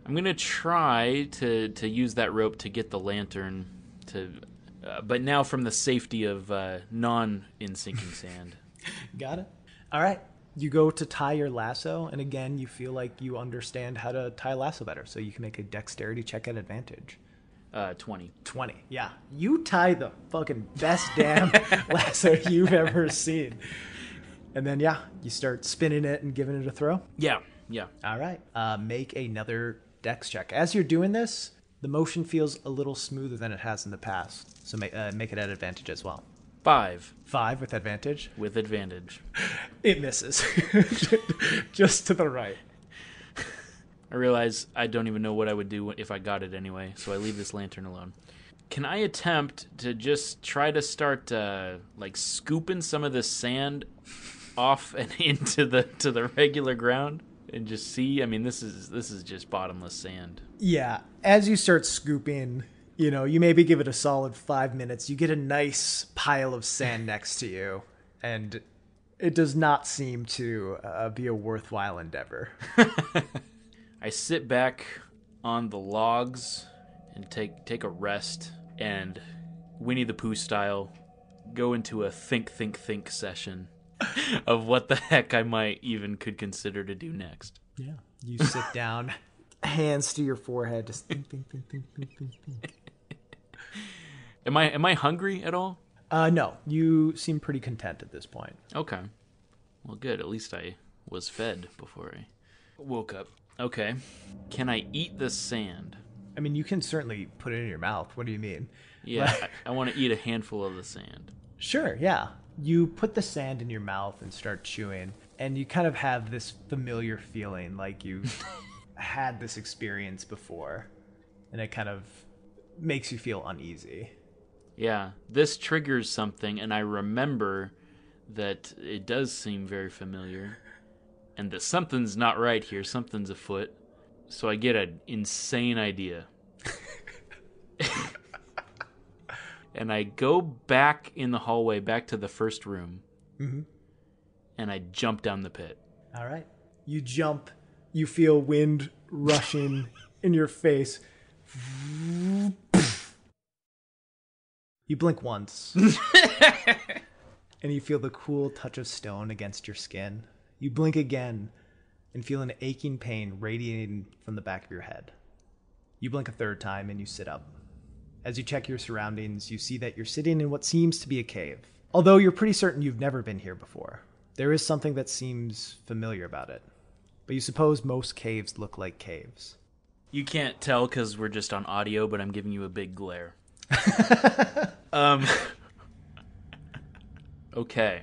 Speaker 2: I'm gonna try to to use that rope to get the lantern to, uh, but now from the safety of uh, non in sinking sand.
Speaker 1: Got it. All right. You go to tie your lasso, and again, you feel like you understand how to tie lasso better, so you can make a dexterity check at advantage.
Speaker 2: Uh, Twenty.
Speaker 1: 20. Yeah. You tie the fucking best damn lasso you've ever seen. And then, yeah, you start spinning it and giving it a throw.
Speaker 2: Yeah, yeah.
Speaker 1: All right. Uh, make another dex check. As you're doing this, the motion feels a little smoother than it has in the past. So make, uh, make it at advantage as well.
Speaker 2: Five
Speaker 1: Five with advantage.
Speaker 2: with advantage.
Speaker 1: It misses. Just to the right.
Speaker 2: I realize I don't even know what I would do if I got it anyway, so I leave this lantern alone. Can I attempt to just try to start uh, like scooping some of this sand off and into the to the regular ground and just see? I mean, this is this is just bottomless sand.
Speaker 1: Yeah. As you start scooping, you know, you maybe give it a solid five minutes. You get a nice pile of sand next to you, and it does not seem to uh, be a worthwhile endeavor.
Speaker 2: I sit back on the logs and take take a rest and Winnie the Pooh style go into a think think think session of what the heck I might even could consider to do next.
Speaker 1: Yeah. You sit down, hands to your forehead, just think, think, think, think, think, think, think.
Speaker 2: Am I am I hungry at all?
Speaker 1: Uh, no, you seem pretty content at this point.
Speaker 2: Okay. Well, good. At least I was fed before I woke up. Okay. Can I eat the sand?
Speaker 1: I mean, you can certainly put it in your mouth. What do you mean?
Speaker 2: Yeah, I, I want to eat a handful of the sand.
Speaker 1: Sure, yeah. You put the sand in your mouth and start chewing, and you kind of have this familiar feeling like you had this experience before, and it kind of makes you feel uneasy.
Speaker 2: Yeah, this triggers something, and I remember that it does seem very familiar, and that something's not right here. Something's afoot. So I get an insane idea, and I go back in the hallway, back to the first room,
Speaker 1: Mhm.
Speaker 2: and I jump down the pit.
Speaker 1: All right. You jump, you feel wind rushing in your face. You blink once, and you feel the cool touch of stone against your skin. You blink again and feel an aching pain radiating from the back of your head. You blink a third time and you sit up. As you check your surroundings, you see that you're sitting in what seems to be a cave. Although you're pretty certain you've never been here before, there is something that seems familiar about it. But you suppose most caves look like caves.
Speaker 2: You can't tell because we're just on audio, but I'm giving you a big glare. um. Okay.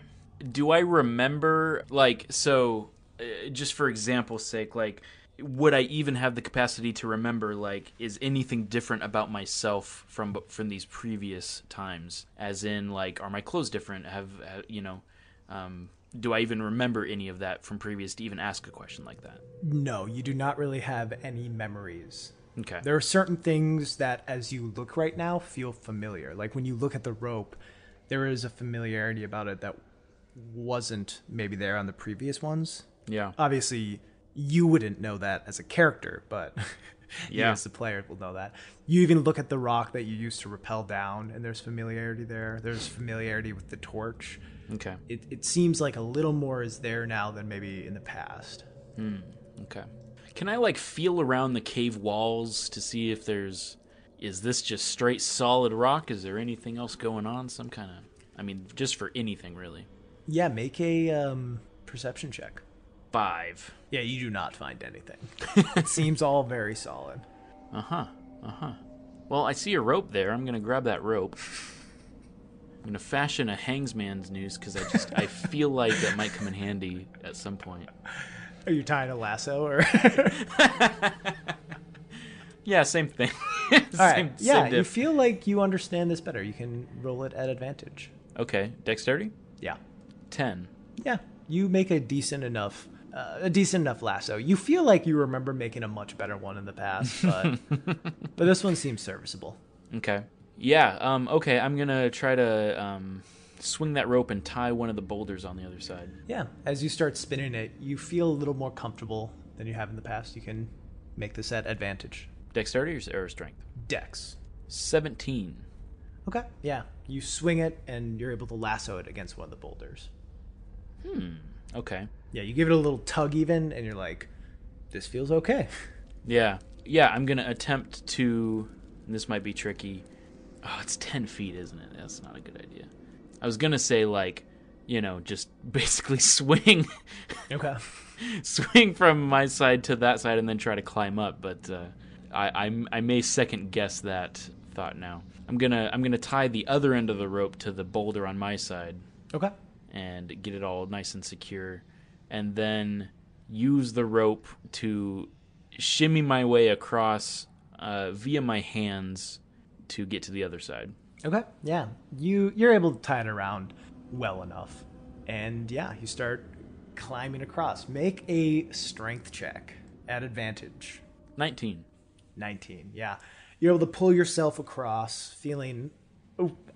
Speaker 2: Do I remember, like, so, uh, just for example's sake, like, would I even have the capacity to remember, like, is anything different about myself from from these previous times? As in, like, are my clothes different? Have, have you know, um, do I even remember any of that from previous to even ask a question like that?
Speaker 1: No, you do not really have any memories.
Speaker 2: Okay.
Speaker 1: There are certain things that, as you look right now, feel familiar. Like when you look at the rope, there is a familiarity about it that wasn't maybe there on the previous ones.
Speaker 2: yeah.
Speaker 1: obviously you wouldn't know that as a character, but you
Speaker 2: Yeah.
Speaker 1: as the player will know that. You even look at the rock that you used to rappel down, and there's familiarity there. There's familiarity with the torch.
Speaker 2: Okay.
Speaker 1: It, it seems like a little more is there now than maybe in the past.
Speaker 2: Okay. Can I like feel around the cave walls to see if there's is this just straight solid rock? Is there anything else going on? Some kind of I mean, just for anything really.
Speaker 1: Yeah, make a um, perception check.
Speaker 2: Five.
Speaker 1: Yeah, you do not find anything. it seems all very solid.
Speaker 2: Uh huh. Uh huh. Well, I see a rope there. I'm gonna grab that rope. I'm gonna fashion a hangsman's noose because I just I feel like that might come in handy at some point.
Speaker 1: Are you tying a lasso or?
Speaker 2: Yeah, same thing.
Speaker 1: All right.
Speaker 2: Same-
Speaker 1: yeah,
Speaker 2: same
Speaker 1: you
Speaker 2: diff.
Speaker 1: feel like you understand this better. You can roll it at advantage.
Speaker 2: okay, dexterity.
Speaker 1: Yeah.
Speaker 2: Ten.
Speaker 1: Yeah, you make a decent enough uh, a decent enough lasso. You feel like you remember making a much better one in the past, but but this one seems serviceable.
Speaker 2: Okay. Yeah. Um, okay. I'm gonna try to um, swing that rope and tie one of the boulders on the other side.
Speaker 1: Yeah, as you start spinning it, you feel a little more comfortable than you have in the past. You can Make this at advantage.
Speaker 2: Dexterity or- or strength?
Speaker 1: Dex.
Speaker 2: 17.
Speaker 1: Okay. Yeah. You swing it and you're able to lasso it against one of the boulders.
Speaker 2: Okay.
Speaker 1: Yeah, you give it a little tug even and you're like, this feels okay.
Speaker 2: Yeah. Yeah, I'm going to attempt to. and This might be tricky. Oh, it's 10 feet, isn't it? That's not a good idea. I was going to say, like, you know, just basically swing.
Speaker 1: Okay.
Speaker 2: swing from my side to that side and then try to climb up. But uh, I, I I may second guess that thought now. I'm gonna I'm gonna tie the other end of the rope to the boulder on my side
Speaker 1: Okay.
Speaker 2: and get it all nice and secure, and then use the rope to shimmy my way across uh, via my hands to get to the other side.
Speaker 1: Okay. Yeah. You you're able to tie it around well enough. And yeah, you start climbing across. Make a strength check at advantage.
Speaker 2: 19.
Speaker 1: 19. Yeah. You're able to pull yourself across feeling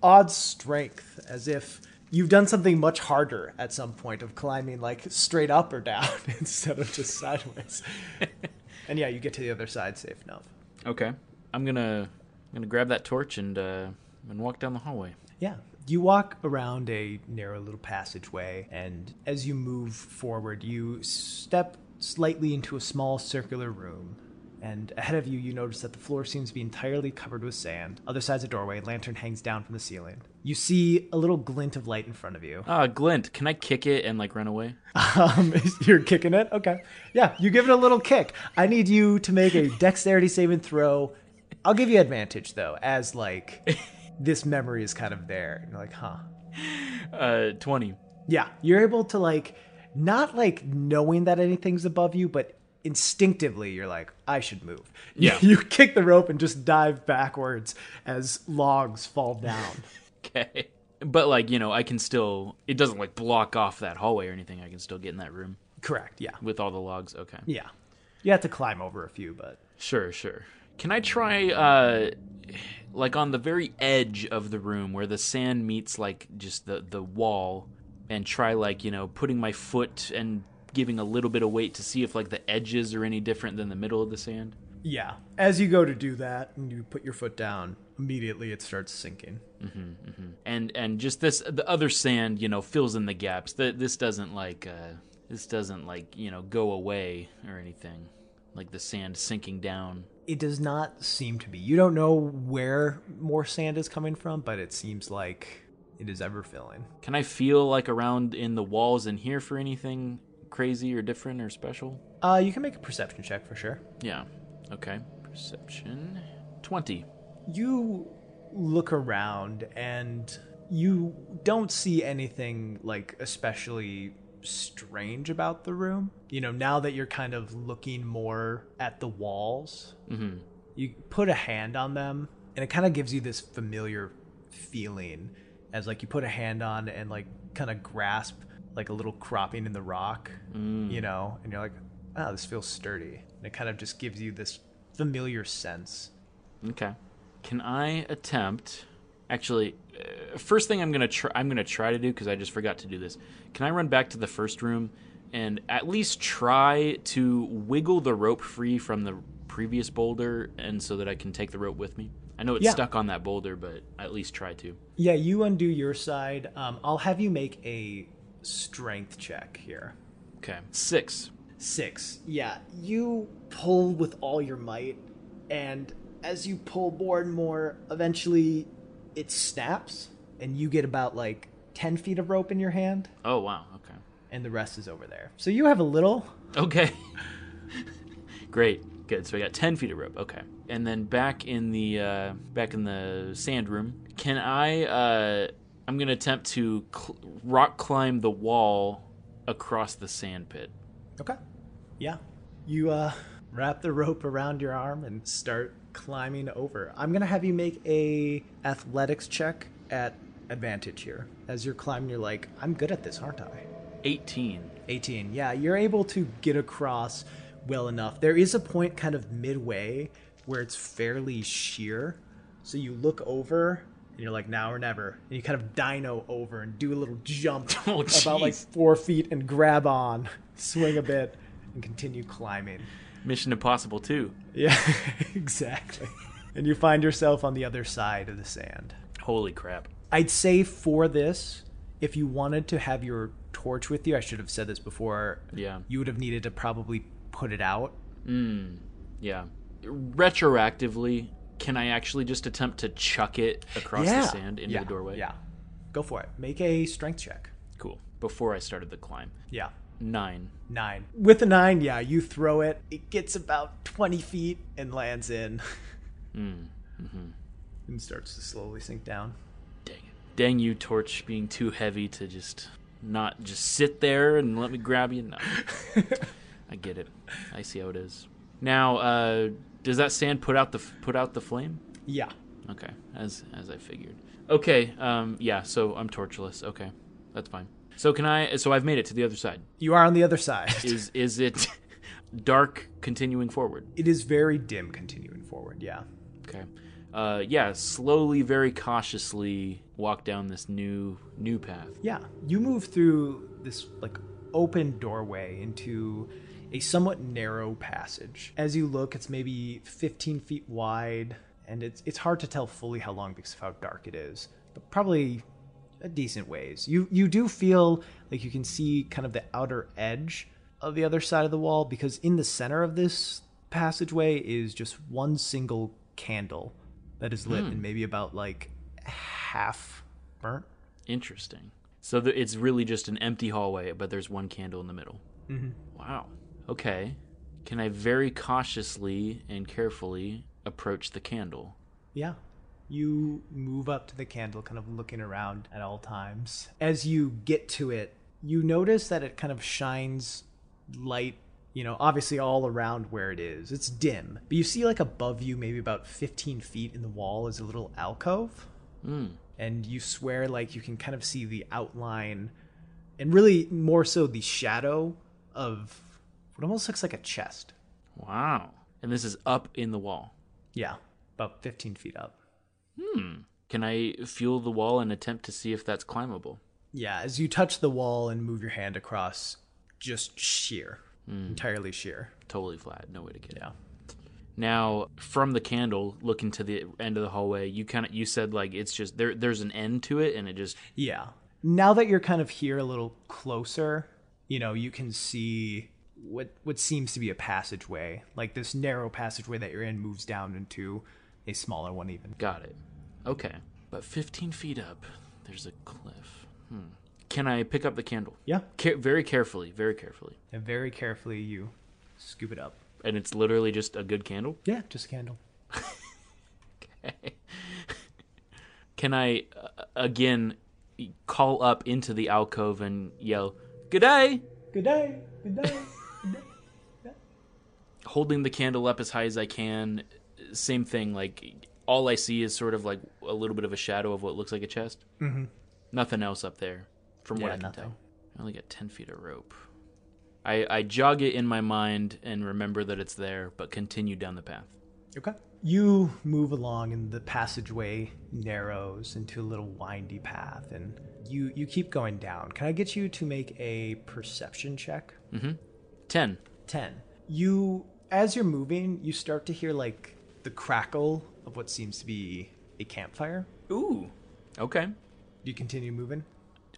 Speaker 1: odd strength as if you've done something much harder at some point of climbing like straight up or down instead of just sideways. and yeah, you get to the other side safe enough.
Speaker 2: Okay. I'm gonna I'm gonna grab that torch and uh, and walk down the hallway.
Speaker 1: Yeah. You walk around a narrow little passageway, and as you move forward, you step slightly into a small circular room. And ahead of you, you notice that the floor seems to be entirely covered with sand. Other side's a doorway, lantern hangs down from the ceiling. You see a little glint of light in front of you.
Speaker 2: Ah, Glint, can I kick it and like run away?
Speaker 1: Um, you're kicking it? Okay. Yeah, you give it a little kick. I need you to make a dexterity saving throw. I'll give you advantage, though, as like this memory is kind of there. And you're like, huh.
Speaker 2: Uh, twenty.
Speaker 1: Yeah, you're able to like not like knowing that anything's above you, but instinctively you're like, I should move.
Speaker 2: Yeah.
Speaker 1: you kick the rope and just dive backwards as logs fall down.
Speaker 2: Okay. But like you know, I can still. It doesn't like block off that hallway or anything. I can still get in that room
Speaker 1: Correct. Yeah.
Speaker 2: with all the logs. Okay.
Speaker 1: Yeah. You have to climb over a few, but
Speaker 2: Sure, sure. Can I try uh, like on the very edge of the room where the sand meets like just the the wall, and try like you know putting my foot and giving a little bit of weight to see if like the edges are any different than the middle of the sand.
Speaker 1: yeah. As you go to do that and you put your foot down, immediately it starts sinking.
Speaker 2: and and just this the other sand you know fills in the gaps Th this doesn't like uh this doesn't like you know go away or anything like the sand sinking down
Speaker 1: It does not seem to be. You don't know where more sand is coming from, but it seems like it is ever filling.
Speaker 2: can i feel like around in the walls in here for anything crazy or different or special
Speaker 1: Uh, you can make a perception check for sure.
Speaker 2: yeah okay perception 20
Speaker 1: you look around and you don't see anything like especially strange about the room you know now that you're kind of looking more at the walls
Speaker 2: mm-hmm
Speaker 1: you put a hand on them and it kind of gives you this familiar feeling as like you put a hand on and like kind of grasp like a little cropping in the rock you know and you're like oh this feels sturdy and it kind of just gives you this familiar sense
Speaker 2: Okay. Can I attempt? Actually, uh, first thing I'm gonna try. I'm gonna try to do because I just forgot to do this. Can I run back to the first room and at least try to wiggle the rope free from the previous boulder, and so that I can take the rope with me? I know it's
Speaker 1: Yeah.
Speaker 2: stuck on that boulder, but at least try to.
Speaker 1: Yeah, you undo your side. Um, I'll have you make a strength check here.
Speaker 2: Okay. Six.
Speaker 1: Six. Yeah, you pull with all your might, and as you pull more and more, eventually it snaps, and you get about like 10 feet of rope in your hand,
Speaker 2: Oh wow. Okay.
Speaker 1: and the rest is over there. So you have a little.
Speaker 2: Okay. Great. Good. So I got ten feet of rope. Okay. And then back in the uh, back in the sand room, can I? Uh, I'm gonna attempt to cl- rock climb the wall across the sand pit.
Speaker 1: Okay. Yeah. You uh, wrap the rope around your arm and start climbing over. I'm gonna have you make a athletics check at advantage here. As you're climbing, you're like, I'm good at this, aren't I?
Speaker 2: Eighteen.
Speaker 1: 18. Yeah, you're able to get across well enough. There is a point kind of midway where it's fairly sheer. So you look over and you're like, now or never. And you kind of dino over and do a little jump
Speaker 2: Oh,
Speaker 1: about like
Speaker 2: jeez.
Speaker 1: four feet and grab on, swing a bit, and continue climbing.
Speaker 2: Mission Impossible 2.
Speaker 1: Yeah, exactly. and you find yourself on the other side of the sand.
Speaker 2: Holy crap.
Speaker 1: I'd say for this, if you wanted to have your torch with you, I should have said this before,
Speaker 2: Yeah.
Speaker 1: you would have needed to probably put it out.
Speaker 2: Yeah. Retroactively, can I actually just attempt to chuck it across the sand into
Speaker 1: Yeah,
Speaker 2: the doorway?
Speaker 1: Yeah. Go for it. Make a strength check.
Speaker 2: Cool. Before I started the climb.
Speaker 1: Yeah.
Speaker 2: Nine.
Speaker 1: Nine. With a nine, yeah, you throw it. It gets about 20 feet and lands in.
Speaker 2: Mm-hmm.
Speaker 1: And starts to slowly sink down.
Speaker 2: Dang it. Dang you, torch, being too heavy to just not just sit there and let me grab you. No. I get it. I see how it is. Now, uh, does that sand put out the f- put out the flame?
Speaker 1: Yeah.
Speaker 2: Okay, as as I figured. Okay, um, yeah. So I'm torchless. Okay, that's fine. So can I? So I've made it to the other side.
Speaker 1: You are on the other side.
Speaker 2: Is is it dark continuing forward?
Speaker 1: it is very dim continuing forward, yeah.
Speaker 2: Okay. Uh, yeah. Slowly, very cautiously, walk down this new new path.
Speaker 1: Yeah, you move through this like open doorway into a somewhat narrow passage. As you look, it's maybe 15 feet wide, and it's it's hard to tell fully how long because of how dark it is, but probably a decent ways. You you do feel like you can see kind of the outer edge of the other side of the wall because in the center of this passageway is just one single candle that is lit and maybe about like half burnt.
Speaker 2: Interesting. So th- it's really just an empty hallway, but there's one candle in the middle. Mm-hmm. Wow. Okay. Can I very cautiously and carefully approach the candle?
Speaker 1: Yeah. You move up to the candle, kind of looking around at all times. As you get to it, you notice that it kind of shines light, you know, obviously all around where it is. It's dim, but you see, like, above you, maybe about 15 feet in the wall, is a little alcove. And you swear, like, you can kind of see the outline and really more so the shadow of what almost looks like a chest.
Speaker 2: Wow. And this is up in the wall.
Speaker 1: Yeah, about 15 feet up.
Speaker 2: Can I feel the wall and attempt to see if that's climbable?
Speaker 1: Yeah, as you touch the wall and move your hand across, just sheer, entirely sheer.
Speaker 2: Totally flat, no way to get it.
Speaker 1: Yeah.
Speaker 2: Now, from the candle, looking to the end of the hallway, you kind of you said like it's just there. There's an end to it, and it just
Speaker 1: Yeah. Now that you're kind of here a little closer, you know, you can see what what seems to be a passageway. Like this narrow passageway that you're in moves down into a smaller one even.
Speaker 2: got it. Okay, but 15 feet up, there's a cliff. Hmm. Can I pick up the candle?
Speaker 1: Yeah.
Speaker 2: Care- very carefully, very carefully.
Speaker 1: And very carefully you scoop it up.
Speaker 2: And it's literally just a good candle.
Speaker 1: Yeah, just a candle.
Speaker 2: Can I uh, again call up into the alcove and yell, "Good day!"
Speaker 1: Good day. Good day.
Speaker 2: holding the candle up as high as I can. Same thing. Like all I see is sort of like a little bit of a shadow of what looks like a chest. Mm-hmm. Nothing else up there, from what
Speaker 1: Yeah,
Speaker 2: I can
Speaker 1: nothing.
Speaker 2: tell. I only got ten feet of rope. I, I jog it in my mind and remember that it's there, but continue down the path.
Speaker 1: Okay. You move along, and the passageway narrows into a little windy path, and you you keep going down. Can I get you to make a perception check?
Speaker 2: Ten.
Speaker 1: Ten. You, as you're moving, you start to hear like the crackle of what seems to be a campfire.
Speaker 2: Ooh. Okay.
Speaker 1: Do you continue moving?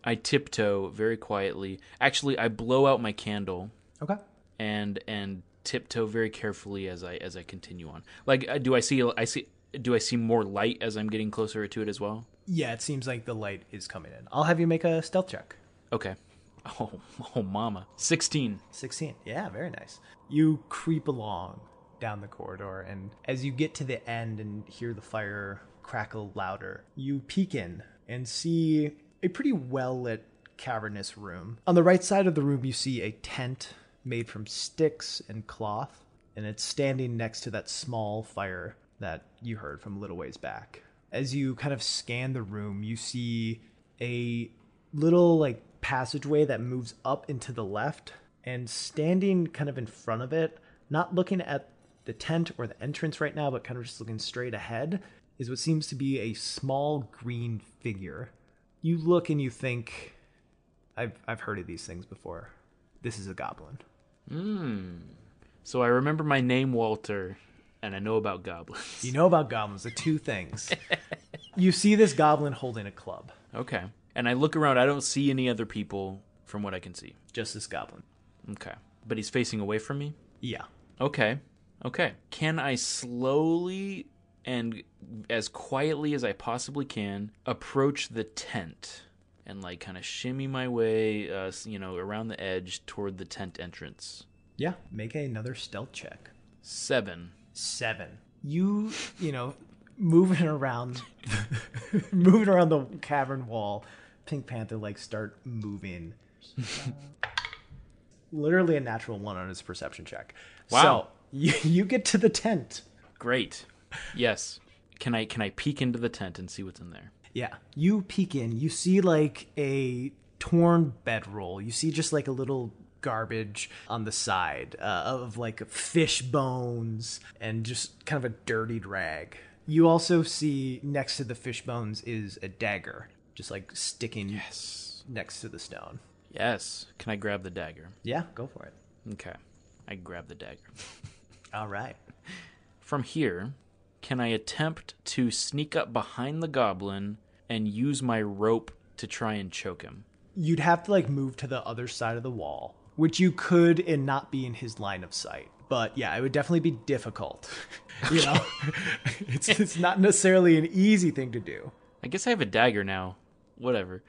Speaker 2: I tiptoe very quietly. Actually, I blow out my candle
Speaker 1: Okay.
Speaker 2: and and tiptoe very carefully as I as I continue on. Like, uh, do I see I see do I see more light as I'm getting closer to it as well?
Speaker 1: Yeah, it seems like the light is coming in. I'll have you make a stealth check.
Speaker 2: Okay. Oh, oh, mama. Sixteen.
Speaker 1: 16. Yeah, very nice. You creep along down the corridor, and as you get to the end and hear the fire crackle louder, you peek in and see a pretty well lit cavernous room. On the right side of the room, you see a tent made from sticks and cloth, and it's standing next to that small fire that you heard from a little ways back. As you kind of scan the room, you see a little like passageway that moves up into the left and standing kind of in front of it not looking at the tent or the entrance right now but kind of just looking straight ahead is what seems to be a small green figure you look and you think i've i've heard of these things before this is a goblin
Speaker 2: So I remember my name Walter, and I know about goblins.
Speaker 1: You know about goblins, the two things. you see this goblin holding a club,
Speaker 2: Okay. And I look around. I don't see any other people from what I can see.
Speaker 1: just this goblin.
Speaker 2: Okay. But he's facing away from me.
Speaker 1: Yeah.
Speaker 2: Okay. Okay. Can I slowly and as quietly as I possibly can approach the tent and like kind of shimmy my way, uh, s- you know, around the edge toward the tent entrance?
Speaker 1: Yeah. Make another stealth check.
Speaker 2: Seven.
Speaker 1: Seven. You, you know, moving around, moving around the cavern wall, Pink Panther, like, start moving. Literally a natural one on his perception check. So
Speaker 2: Wow.
Speaker 1: you, you get to the tent.
Speaker 2: Great. Yes. Can I can I peek into the tent and see what's in there?
Speaker 1: Yeah. You peek in, you see like a torn bedroll. You see just like a little garbage on the side uh, of like fish bones and just kind of a dirtied rag. You also see next to the fish bones is a dagger, just like sticking next to the stone.
Speaker 2: Yes. Can I grab the dagger?
Speaker 1: Yeah, go for it.
Speaker 2: Okay. I grab the dagger.
Speaker 1: All right.
Speaker 2: From here, can I attempt to sneak up behind the goblin and use my rope to try and choke him?
Speaker 1: You'd have to like move to the other side of the wall, which you could and not be in his line of sight. But yeah, it would definitely be difficult. you know, it's, it's not necessarily an easy thing to do.
Speaker 2: I guess I have a dagger now. Whatever.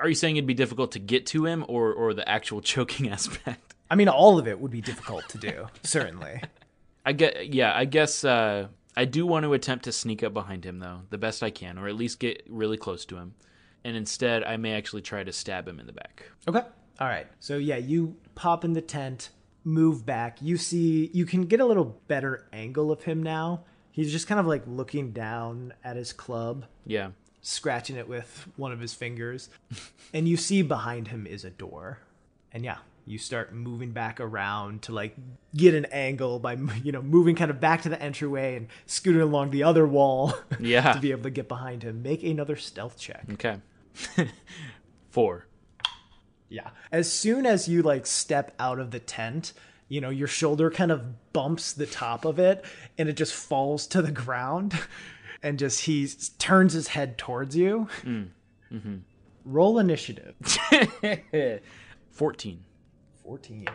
Speaker 2: Are you saying it'd be difficult to get to him or, or the actual choking aspect?
Speaker 1: I mean, all of it would be difficult to do, certainly.
Speaker 2: I get yeah, I guess uh, I do want to attempt to sneak up behind him though, the best I can, or at least get really close to him. And instead I may actually try to stab him in the back.
Speaker 1: Okay. All right. So yeah, you pop in the tent, move back. You see, you can get a little better angle of him now. He's just kind of like looking down at his club,
Speaker 2: Yeah.
Speaker 1: scratching it with one of his fingers. and you see behind him is a door. And yeah, you start moving back around to like get an angle by, you know, moving kind of back to the entryway and scooting along the other wall
Speaker 2: Yeah.
Speaker 1: to be able to get behind him. Make another stealth check.
Speaker 2: Okay. Four.
Speaker 1: Yeah. As soon as you like step out of the tent, you know, your shoulder kind of bumps the top of it and it just falls to the ground and just he s- turns his head towards you. Roll initiative.
Speaker 2: 14.
Speaker 1: 14.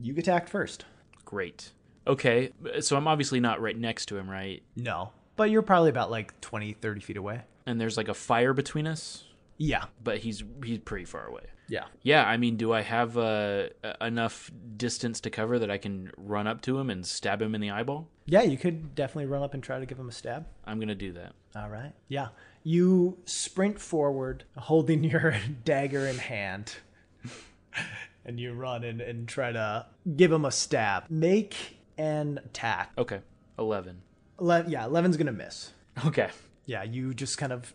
Speaker 1: You get attacked first.
Speaker 2: Great. Okay, so I'm obviously not right next to him, right?
Speaker 1: No. But you're probably about like 20, 30 feet away.
Speaker 2: And there's like a fire between us,
Speaker 1: Yeah.
Speaker 2: but he's he's pretty far away.
Speaker 1: Yeah.
Speaker 2: Yeah, I mean, do I have uh, enough distance to cover that I can run up to him and stab him in the eyeball?
Speaker 1: Yeah, you could definitely run up and try to give him a stab.
Speaker 2: I'm gonna do that.
Speaker 1: All right. Yeah. You sprint forward holding your dagger in hand. and you run and, and try to give him a stab. Make an attack.
Speaker 2: Okay, eleven.
Speaker 1: Ele- yeah, 11's going to miss.
Speaker 2: Okay.
Speaker 1: Yeah, you just kind of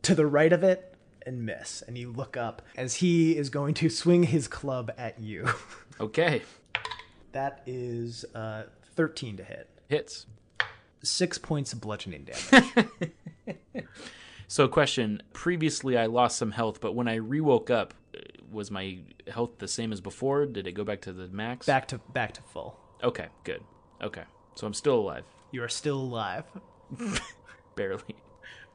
Speaker 1: to the right of it and miss. And you look up as he is going to swing his club at you.
Speaker 2: Okay.
Speaker 1: that is uh, 13 to hit.
Speaker 2: Hits.
Speaker 1: Six points of bludgeoning damage.
Speaker 2: So, question. Previously, I lost some health, but when I rewoke up, uh, was my health the same as before? Did it go back to the max?
Speaker 1: back to back to full.
Speaker 2: Okay. Good. Okay. So I'm still alive,
Speaker 1: You are still alive.
Speaker 2: barely.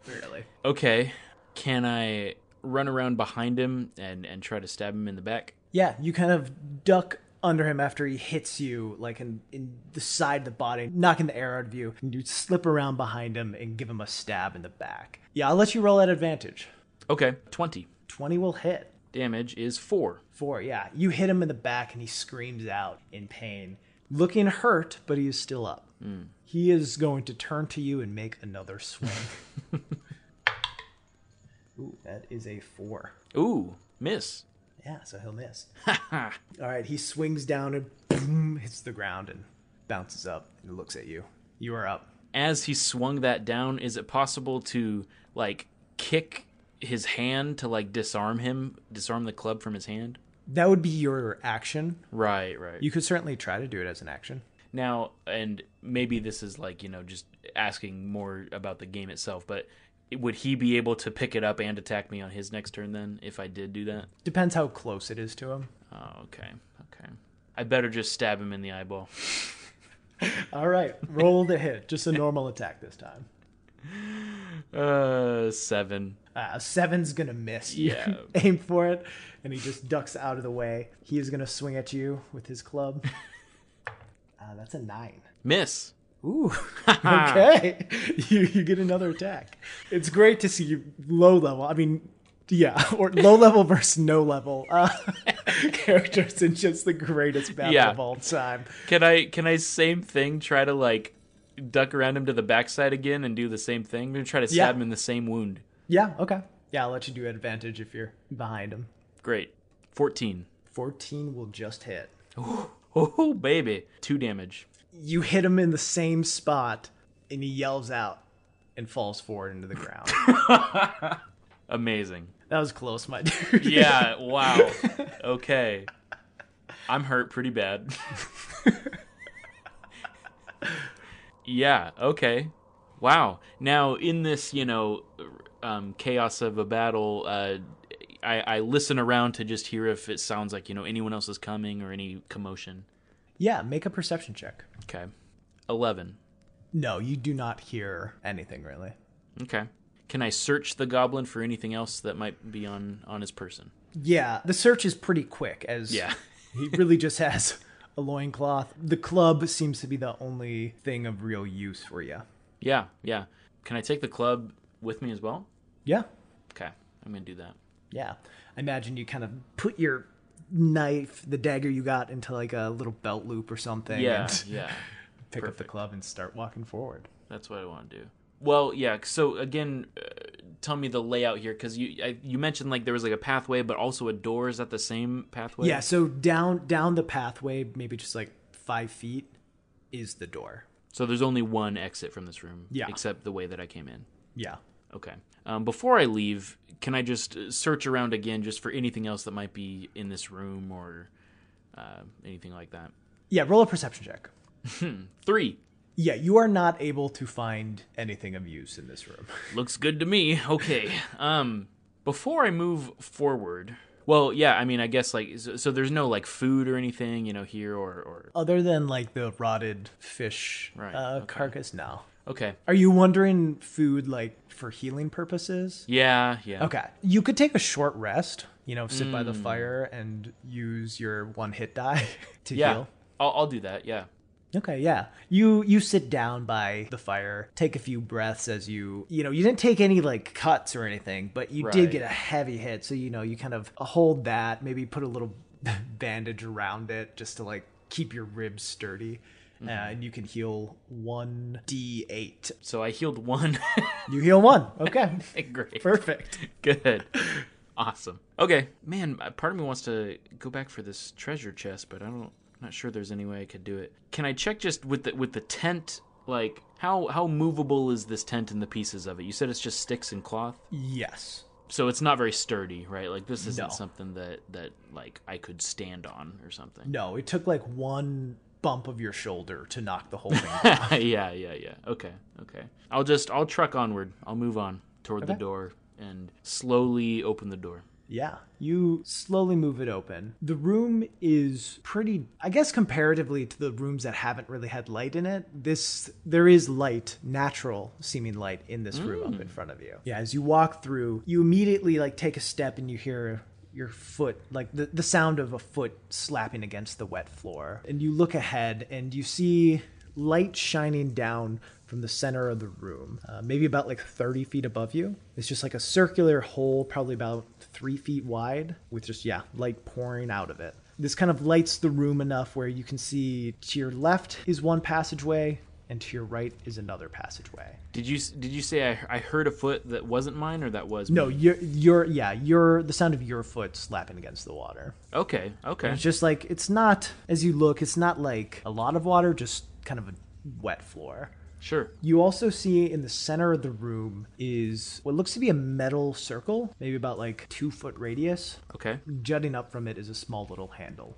Speaker 1: Barely.
Speaker 2: Okay. Can I run around behind him and and try to stab him in the back?
Speaker 1: Yeah, you kind of duck under him after he hits you, like in, in the side of the body, knocking the air out of you. And you slip around behind him and give him a stab in the back. Yeah, I'll let you roll at advantage.
Speaker 2: Okay. 20.
Speaker 1: 20 will hit.
Speaker 2: Damage is 4.
Speaker 1: Four, yeah. You hit him in the back and he screams out in pain, looking hurt, but he is still up. He is going to turn to you and make another swing. Ooh, that is a four.
Speaker 2: Ooh, miss.
Speaker 1: Yeah, so he'll miss. All right, he swings down and boom, hits the ground and bounces up and looks at you. You are up.
Speaker 2: As he swung that down, is it possible to like kick his hand to like disarm him, disarm the club from his hand?
Speaker 1: That would be your action.
Speaker 2: Right, right.
Speaker 1: You could certainly try to do it as an action.
Speaker 2: Now, and maybe this is like, you know, just asking more about the game itself, but would he be able to pick it up and attack me on his next turn then if I did do that?
Speaker 1: Depends how close it is to him.
Speaker 2: Oh, okay. Okay. I better just stab him in the eyeball.
Speaker 1: All right, roll the hit. Just a normal attack this time.
Speaker 2: Uh, seven.
Speaker 1: Uh, seven's gonna miss. You
Speaker 2: Yeah.
Speaker 1: aim for it, and he just ducks out of the way. He is gonna swing at you with his club. Uh, that's a nine.
Speaker 2: Miss.
Speaker 1: Ooh. okay. You, you get another attack. It's great to see you low level. I mean, yeah, or low level versus no level uh, characters in just the greatest battle
Speaker 2: Yeah.
Speaker 1: of all time.
Speaker 2: Can I can I same thing? Try to like duck around him to the backside again and do the same thing. I'm gonna try to stab
Speaker 1: Yeah.
Speaker 2: him in the same wound.
Speaker 1: Yeah. Okay. Yeah, I'll let you do advantage if you're behind him.
Speaker 2: Great. Fourteen.
Speaker 1: 14 will just hit.
Speaker 2: Oh baby, two damage.
Speaker 1: You hit him in the same spot, and he yells out and falls forward into the ground.
Speaker 2: Amazing.
Speaker 1: that was close, my dude.
Speaker 2: Yeah. Wow. Okay. I'm hurt pretty bad. yeah. Okay. Wow. Now in this, you know, um, chaos of a battle, uh, I, I listen around to just hear if it sounds like you know anyone else is coming or any commotion.
Speaker 1: yeah, make a perception check.
Speaker 2: Okay. Eleven.
Speaker 1: No, you do not hear anything really.
Speaker 2: Okay. Can I search the goblin for anything else that might be on on his person?
Speaker 1: Yeah, the search is pretty quick as
Speaker 2: Yeah.
Speaker 1: he really just has a loincloth. The club seems to be the only thing of real use for you.
Speaker 2: Yeah. Yeah. Can I take the club with me as well?
Speaker 1: Yeah.
Speaker 2: Okay. I'm gonna do that.
Speaker 1: Yeah. I imagine you kind of put your knife, the dagger you got into like a little belt loop or something
Speaker 2: Yeah,
Speaker 1: and
Speaker 2: yeah.
Speaker 1: pick up the club and start walking forward.
Speaker 2: That's what I want to do. Well, yeah. So again, uh, tell me the layout here because you I, you mentioned like there was like a pathway, but also a door. Is that the same pathway?
Speaker 1: Yeah, so down down the pathway, maybe just like 5 feet is the door.
Speaker 2: So there's only one exit from this room.
Speaker 1: Yeah.
Speaker 2: Except the way that I came in.
Speaker 1: Yeah.
Speaker 2: Okay. Um, before I leave, can I just uh, search around again just for anything else that might be in this room or uh, anything like that?
Speaker 1: Yeah, roll a perception check.
Speaker 2: Three.
Speaker 1: Yeah, you are not able to find anything of use in this room.
Speaker 2: looks good to me okay um before i move forward well yeah i mean i guess like so, so there's no like food or anything you know here or or
Speaker 1: other than like the rotted fish
Speaker 2: Right,
Speaker 1: uh,
Speaker 2: okay.
Speaker 1: carcass no
Speaker 2: okay
Speaker 1: are you wondering food like for healing purposes
Speaker 2: yeah yeah
Speaker 1: okay you could take a short rest you know sit by
Speaker 2: Hmm.
Speaker 1: the fire and use your one hit die to
Speaker 2: yeah
Speaker 1: heal
Speaker 2: I'll, I'll do that yeah
Speaker 1: okay yeah you you sit down by the fire take a few breaths as you you know you didn't take any like cuts or anything but you
Speaker 2: Right.
Speaker 1: did get a heavy hit so you know you kind of hold that maybe put a little bandage around it just to like keep your ribs sturdy uh, and you can heal 1d8
Speaker 2: so i healed one
Speaker 1: you heal one okay
Speaker 2: great
Speaker 1: perfect
Speaker 2: good awesome okay man uh, part of me wants to go back for this treasure chest but i don't I'm not sure there's any way i could do it can i check just with the with the tent like how how movable is this tent and the pieces of it you said it's just sticks and cloth
Speaker 1: yes
Speaker 2: so it's not very sturdy, right? Like this isn't
Speaker 1: No.
Speaker 2: something that that like I could stand on or something.
Speaker 1: no it took like one bump of your shoulder to knock the whole thing down.
Speaker 2: yeah, yeah, yeah. Okay, okay. I'll just I'll truck onward. I'll move on toward the
Speaker 1: Okay.
Speaker 2: door and slowly open the door.
Speaker 1: Yeah, you slowly move it open. The room is pretty, I guess, comparatively to the rooms that haven't really had light in it. This there is light, natural seeming light in this room up in front of you. Yeah, as you walk through, you immediately like take a step and you hear your foot like the, the sound of a foot slapping against the wet floor and you look ahead and you see light shining down from the center of the room, uh, maybe about like 30 feet above you. It's just like a circular hole, probably about three feet wide, with just, yeah, light pouring out of it. This kind of lights the room enough where you can see to your left is one passageway and to your right is another passageway.
Speaker 2: Did you s- did you say I, I heard a foot that wasn't mine or that was
Speaker 1: No,
Speaker 2: mine?
Speaker 1: you're, you're, yeah, you're the sound of your foot slapping against the water.
Speaker 2: Okay, okay.
Speaker 1: It's just like, it's not, as you look, it's not like a lot of water, just kind of a wet floor.
Speaker 2: Sure.
Speaker 1: You also see in the center of the room is what looks to be a metal circle, maybe about like two foot radius.
Speaker 2: Okay.
Speaker 1: Jutting up from it is a small little handle.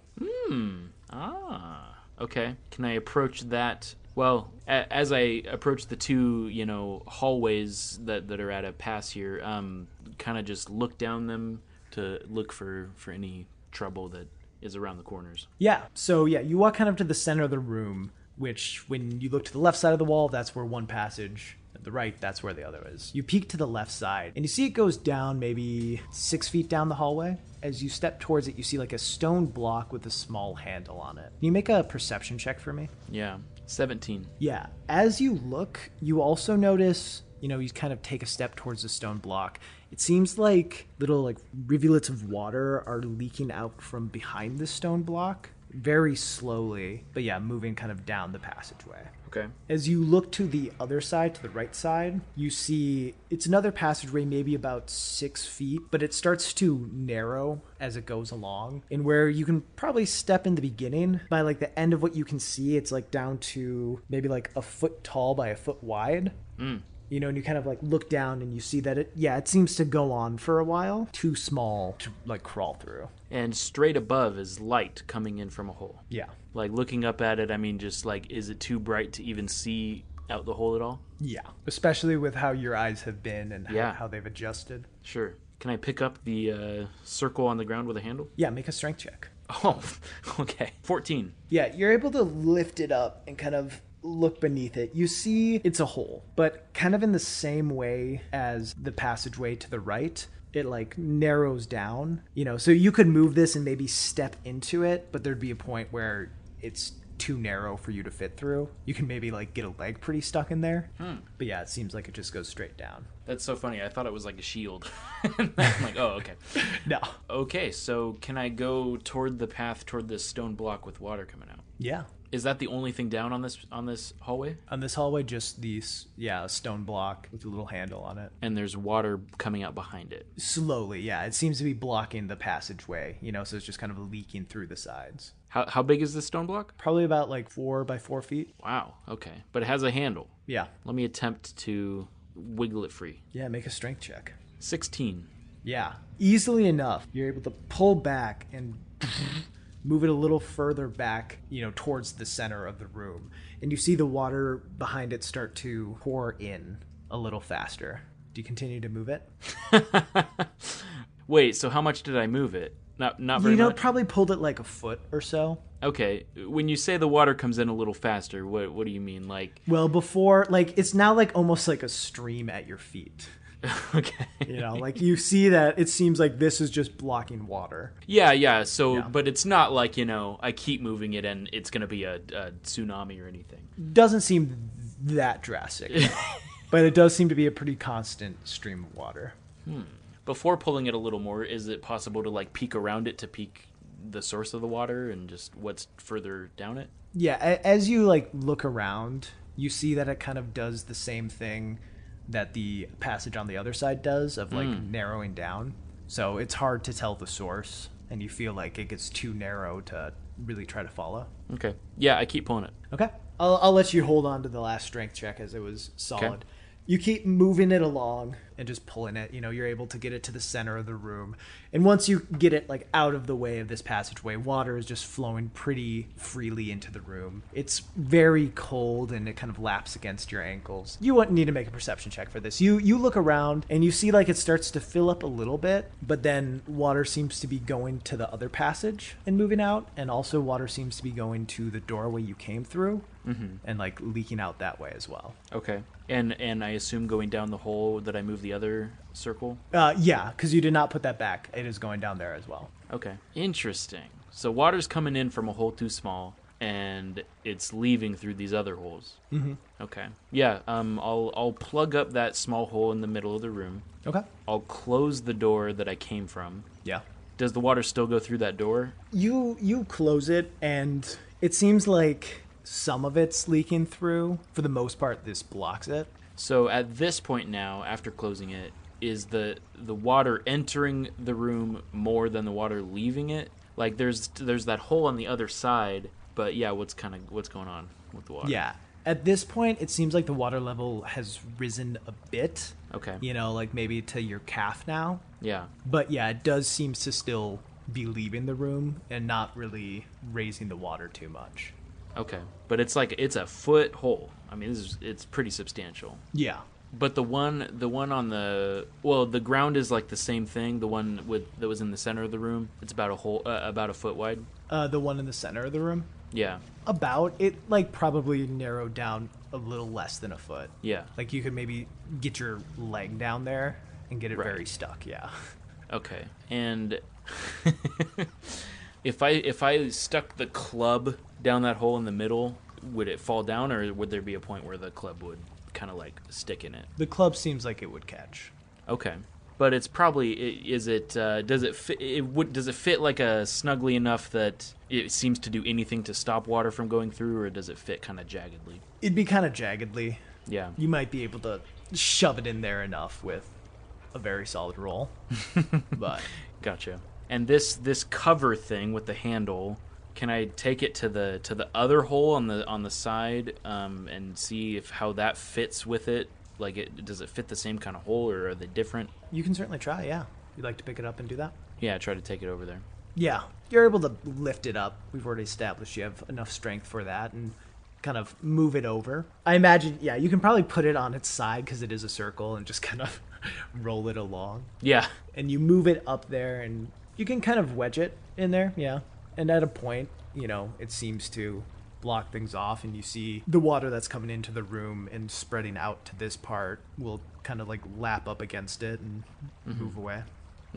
Speaker 2: Ah, okay. Can I approach that? Well, a- as I approach the two, you know, hallways that that are at a pass here, um, kind of just look down them to look for for any trouble that is around the corners.
Speaker 1: Yeah. So yeah, you walk kind of to the center of the room, which when you look to the left side of the wall, that's where one passage. At the right, that's where the other is. You peek to the left side, and you see it goes down maybe six feet down the hallway. As you step towards it, you see like a stone block with a small handle on it. Can you make a perception check for me?
Speaker 2: Yeah, seventeen.
Speaker 1: Yeah. As you look, you also notice, you know, you kind of take a step towards the stone block. It seems like little like rivulets of water are leaking out from behind the stone block very slowly, but yeah, moving kind of down the passageway.
Speaker 2: Okay.
Speaker 1: As you look to the other side, to the right side, you see it's another passageway, maybe about six feet, but it starts to narrow as it goes along. And where you can probably step in the beginning, by like the end of what you can see, it's like down to maybe like a foot tall by a foot wide. You know, and you kind of like look down and you see that it, yeah, it seems to go on for a while. Too small to like crawl through.
Speaker 2: And straight above is light coming in from a hole.
Speaker 1: Yeah.
Speaker 2: Like looking up at it, I mean, just like, is it too bright to even see out the hole at all?
Speaker 1: Yeah. Especially with how your eyes have been and how,
Speaker 2: Yeah.
Speaker 1: how they've adjusted.
Speaker 2: Sure. Can I pick up the uh, circle on the ground with a handle?
Speaker 1: Yeah, make a strength check.
Speaker 2: Oh, okay. 14.
Speaker 1: Yeah, you're able to lift it up and kind of look beneath it. You see it's a hole, but kind of in the same way as the passageway to the right. It like narrows down, you know, so you could move this and maybe step into it, but there'd be a point where it's too narrow for you to fit through. You can maybe like get a leg pretty stuck in there. But yeah, it seems like it just goes straight down.
Speaker 2: That's so funny. I thought it was like a shield. I'm like, oh, okay.
Speaker 1: No.
Speaker 2: Okay, so can I go toward the path toward this stone block with water coming out?
Speaker 1: Yeah.
Speaker 2: Is that the only thing down on this on this hallway?
Speaker 1: On this hallway, just these, yeah, a stone block with a little handle on it.
Speaker 2: And there's water coming out behind it.
Speaker 1: slowly yeah it seems to be blocking the passageway you know so it's just kind of leaking through the sides
Speaker 2: How how big is this stone block?
Speaker 1: probably about like four by four feet
Speaker 2: Wow. Okay. But it has a handle.
Speaker 1: yeah
Speaker 2: Let me attempt to wiggle it free.
Speaker 1: yeah make a strength check
Speaker 2: 16.
Speaker 1: yeah easily enough you're able to pull back and move it a little further back you know towards the center of the room and you see the water behind it start to pour in a little faster do you continue to move it
Speaker 2: Wait, so how much did I move it? Not not very
Speaker 1: you know
Speaker 2: much.
Speaker 1: probably pulled it like a foot or so
Speaker 2: Okay. When you say the water comes in a little faster, what what do you mean? Like
Speaker 1: well before like it's now like almost like a stream at your feet
Speaker 2: okay.
Speaker 1: You know, like you see that it seems like this is just blocking water.
Speaker 2: Yeah, yeah. So, but it's not like, you know, I keep moving it and it's going to be a, a tsunami or anything.
Speaker 1: Doesn't seem that drastic, no. but it does seem to be a pretty constant stream of water.
Speaker 2: Before pulling it a little more, is it possible to like peek around it to peek the source of the water and just what's further down it?
Speaker 1: Yeah, a- as you like look around, you see that it kind of does the same thing that the passage on the other side does of like narrowing down. So it's hard to tell the source, and you feel like it gets too narrow to really try to follow.
Speaker 2: Okay. Yeah, I keep pulling it.
Speaker 1: Okay. I'll, I'll let you hold on to the last strength check as it was solid. You keep moving it along and just pulling it. You know, you're able to get it to the center of the room. And once you get it like out of the way of this passageway, water is just flowing pretty freely into the room. It's very cold and it kind of laps against your ankles. You wouldn't need to make a perception check for this. You you look around and you see like it starts to fill up a little bit, but then water seems to be going to the other passage and moving out, and also water seems to be going to the doorway you came through and like leaking out that way as well.
Speaker 2: Okay. And and I assume going down the hole that I move the other circle.
Speaker 1: Uh, yeah, because you did not put that back. It is going down there as well.
Speaker 2: Okay. Interesting. So water's coming in from a hole too small and it's leaving through these other holes. Mm-hmm. Okay. Yeah, um I'll I'll plug up that small hole in the middle of the room.
Speaker 1: Okay.
Speaker 2: I'll close the door that I came from.
Speaker 1: Yeah.
Speaker 2: Does the water still go through that door?
Speaker 1: You you close it, and it seems like some of it's leaking through. For the most part, this blocks it.
Speaker 2: So at this point now, after closing it, is the the water entering the room more than the water leaving it? Like there's there's that hole on the other side, but yeah, what's kind of what's going on with the water?
Speaker 1: Yeah. At this point, it seems like the water level has risen a bit.
Speaker 2: Okay.
Speaker 1: You know, like maybe to your calf now.
Speaker 2: Yeah.
Speaker 1: But yeah, it does seem to still be leaving the room and not really raising the water too much.
Speaker 2: Okay. But it's like it's a foot hole. I mean, this is, it's pretty substantial.
Speaker 1: Yeah.
Speaker 2: But the one, the one on the well, the ground is like the same thing. The one with that was in the center of the room. It's about a whole, uh, about a foot wide.
Speaker 1: Uh, the one in the center of the room.
Speaker 2: Yeah,
Speaker 1: About it, like probably narrowed down a little less than a foot.
Speaker 2: yeah.
Speaker 1: Like you could maybe get your leg down there and get it
Speaker 2: Right.
Speaker 1: very stuck. Yeah.
Speaker 2: Okay. And if I if I stuck the club down that hole in the middle, would it fall down, or would there be a point where the club would kind of like stick in it?
Speaker 1: The club seems like it would catch.
Speaker 2: Okay. But it's probably i- is it uh, does it fit it would does it fit like a snugly enough that it seems to do anything to stop water from going through, or does it fit kind of jaggedly?
Speaker 1: It'd be kind of jaggedly.
Speaker 2: Yeah.
Speaker 1: You might be able to shove it in there enough with a very solid roll. but
Speaker 2: Gotcha. And this this cover thing with the handle, can I take it to the to the other hole on the on the side um, and see if how that fits with it? Like, it does it fit the same kind of hole, or are they different?
Speaker 1: you can certainly try. Yeah. You'd like to pick it up and do that?
Speaker 2: Yeah, I try to take it over there.
Speaker 1: Yeah, you're able to lift it up. We've already established you have enough strength for that and kind of move it over. I imagine, yeah, you can probably put it on its side because it is a circle and just kind of roll it along.
Speaker 2: Yeah,
Speaker 1: And you move it up there and you can kind of wedge it in there, yeah. And at a point, you know, it seems to block things off and you see the water that's coming into the room and spreading out to this part will kind of like lap up against it and move away.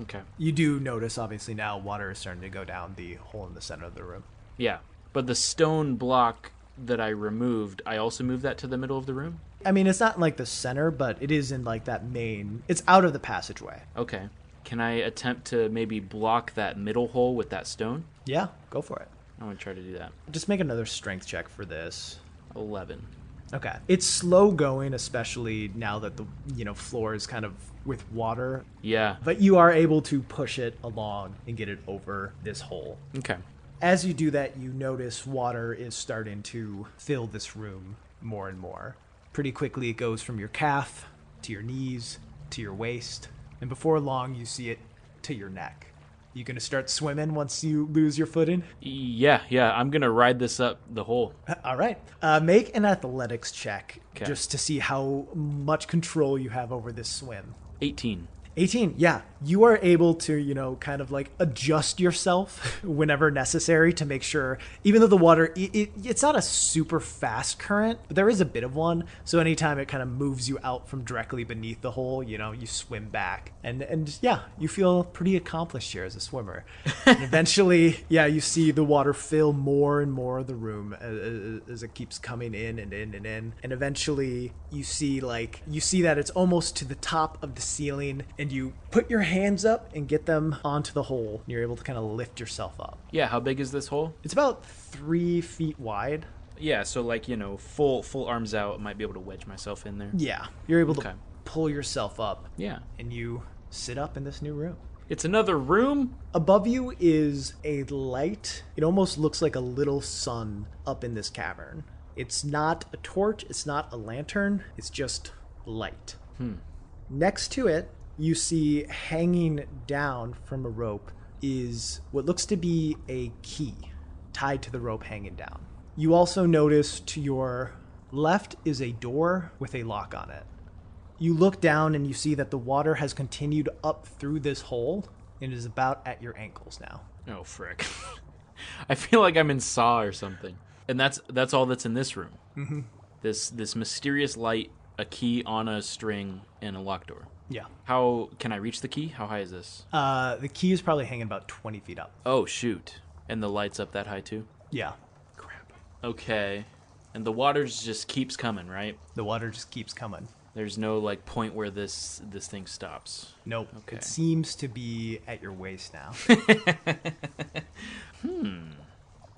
Speaker 2: okay,
Speaker 1: You do notice, obviously, now water is starting to go down the hole in the center of the room.
Speaker 2: yeah. But the stone block that I removed, I also moved that to the middle of the room.
Speaker 1: I mean, it's not in, like the center, but it is in like that main. It's out of the passageway.
Speaker 2: Okay, can I attempt to maybe block that middle hole with that stone?
Speaker 1: Yeah, go for it.
Speaker 2: I'm gonna try to do that.
Speaker 1: Just make another strength check for this.
Speaker 2: Eleven.
Speaker 1: Okay. It's slow going, especially now that the you know floor is kind of with water.
Speaker 2: Yeah.
Speaker 1: But you are able to push it along and get it over this hole.
Speaker 2: Okay.
Speaker 1: As you do that, you notice water is starting to fill this room more and more. Pretty quickly, it goes from your calf to your knees to your waist, and before long, you see it to your neck. You gonna start swimming once you lose your footing?
Speaker 2: Yeah, yeah, I'm gonna ride this up the hole.
Speaker 1: All right. Uh, make an athletics check
Speaker 2: 'Kay.
Speaker 1: just to see how much control you have over this swim.
Speaker 2: 18.
Speaker 1: 18 yeah you are able to you know kind of like adjust yourself whenever necessary to make sure even though the water it, it, it's not a super fast current but there is a bit of one so anytime it kind of moves you out from directly beneath the hole you know you swim back and and yeah you feel pretty accomplished here as a swimmer and eventually yeah you see the water fill more and more of the room as, as it keeps coming in and in and in and eventually you see like you see that it's almost to the top of the ceiling and you put your hands up and get them onto the hole and you're able to kind of lift yourself up
Speaker 2: Yeah, how big is this hole?
Speaker 1: it's about three feet wide
Speaker 2: Yeah, so like, you know, full full arms out, might be able to wedge myself in there.
Speaker 1: yeah you're able
Speaker 2: Okay.
Speaker 1: to pull yourself up
Speaker 2: Yeah.
Speaker 1: and you sit up in this new room
Speaker 2: It's another room?
Speaker 1: Above you is a light. It almost looks like a little sun up in this cavern. It's not a torch, it's not a lantern, it's just light. Next to it, you see hanging down from a rope is what looks to be a key tied to the rope hanging down. You also notice to your left is a door with a lock on it. You look down and you see that the water has continued up through this hole and is about at your ankles now.
Speaker 2: Oh frick. I feel like I'm in Saw or something. And that's that's all that's in this room. Mm-hmm. This this mysterious light, a key on a string, and a locked door.
Speaker 1: Yeah.
Speaker 2: How can I reach the key? How high is this?
Speaker 1: Uh, the key is probably hanging about 20 feet up.
Speaker 2: Oh shoot. And the light's up that high too?
Speaker 1: Yeah.
Speaker 2: Crap. Okay. And the water just keeps coming, right?
Speaker 1: The water just keeps coming.
Speaker 2: There's no like point where this this thing stops.
Speaker 1: Nope.
Speaker 2: Okay.
Speaker 1: It seems to be at your waist now.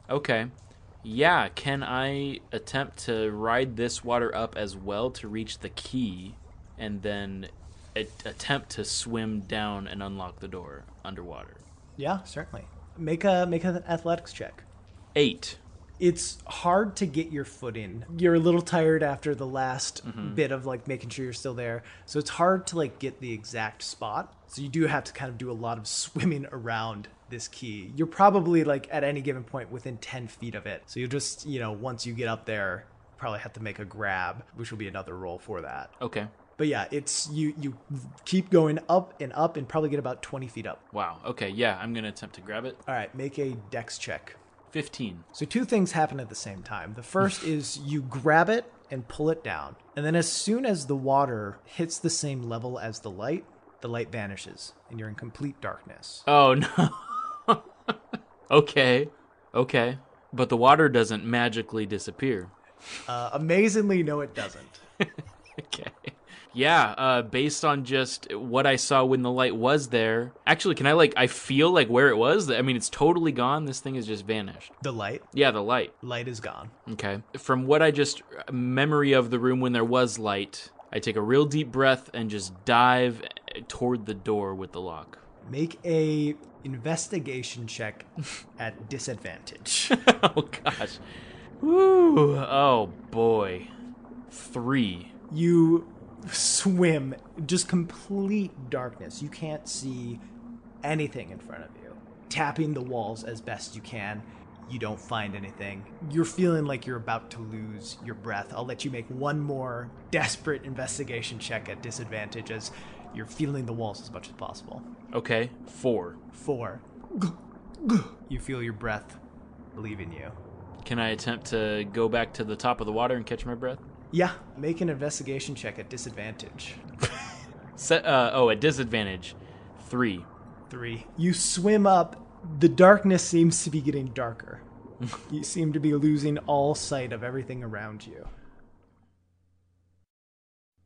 Speaker 2: Okay. Yeah, can I attempt to ride this water up as well to reach the key and then a- attempt to swim down and unlock the door underwater?
Speaker 1: yeah, certainly. Make a make an athletics check.
Speaker 2: 8.
Speaker 1: It's hard to get your foot in. You're a little tired after the last bit of like making sure you're still there. So it's hard to like get the exact spot. So you do have to kind of do a lot of swimming around this key. You're probably like at any given point within 10 feet of it. So you'll just, you know, once you get up there, probably have to make a grab, which will be another roll for that.
Speaker 2: Okay.
Speaker 1: But yeah, it's you you keep going up and up and probably get about 20 feet up.
Speaker 2: Wow. Okay. Yeah, I'm gonna attempt to grab it.
Speaker 1: All right, make a dex check.
Speaker 2: Fifteen.
Speaker 1: So two things happen at the same time. The first is you grab it and pull it down. And then as soon as the water hits the same level as the light, the light vanishes and you're in complete darkness.
Speaker 2: Oh no. okay. Okay. But the water doesn't magically disappear.
Speaker 1: Uh, amazingly, no, it doesn't.
Speaker 2: Okay. Yeah, uh, based on just what I saw when the light was there. Actually, can I like I feel like where it was? I mean, it's totally gone. This thing has just vanished.
Speaker 1: The light,
Speaker 2: Yeah, the light.
Speaker 1: light is gone.
Speaker 2: Okay. From what I just memory of the room when there was light, I take a real deep breath and just dive eh, toward the door with the lock.
Speaker 1: Make a investigation check at disadvantage.
Speaker 2: oh gosh. Woo. Oh boy. 3.
Speaker 1: You swim just complete darkness. You can't see anything in front of you. Tapping the walls as best you can. You don't find anything. You're feeling like you're about to lose your breath. I'll let you make one more desperate investigation check at disadvantage as you're feeling the walls as much as possible.
Speaker 2: Okay. 4.
Speaker 1: Four. You feel your breath leaving you.
Speaker 2: Can I attempt to go back to the top of the water and catch my breath?
Speaker 1: Yeah, make an investigation check at disadvantage.
Speaker 2: Set, uh, oh, at disadvantage. Three.
Speaker 1: Three. You swim up. The darkness seems to be getting darker. you seem to be losing all sight of everything around you.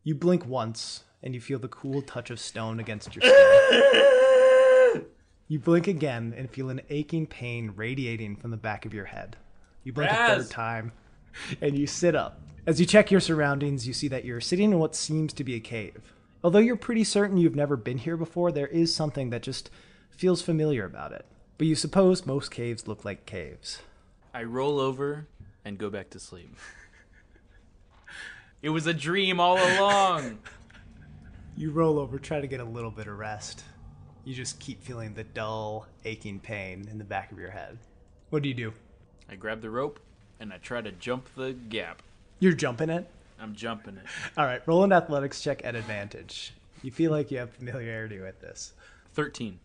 Speaker 1: You blink once, and you feel the cool touch of stone against your skin. you blink again and feel an aching pain radiating from the back of your head. You blink a
Speaker 2: Raz.
Speaker 1: third time, and you sit up. As you check your surroundings, you see that you're sitting in what seems to be a cave. Although you're pretty certain you've never been here before, there is something that just feels familiar about it. But you suppose most caves look like caves.
Speaker 2: I roll over and go back to sleep. it was a dream all along.
Speaker 1: You roll over, try to get a little bit of rest. You just keep feeling the dull, aching pain in the back of your head. What do you do?
Speaker 2: I grab the rope and I try to jump the gap.
Speaker 1: You're jumping it?
Speaker 2: I'm jumping it.
Speaker 1: All right, roll an athletics check at advantage. You feel like you have familiarity with this.
Speaker 2: 13.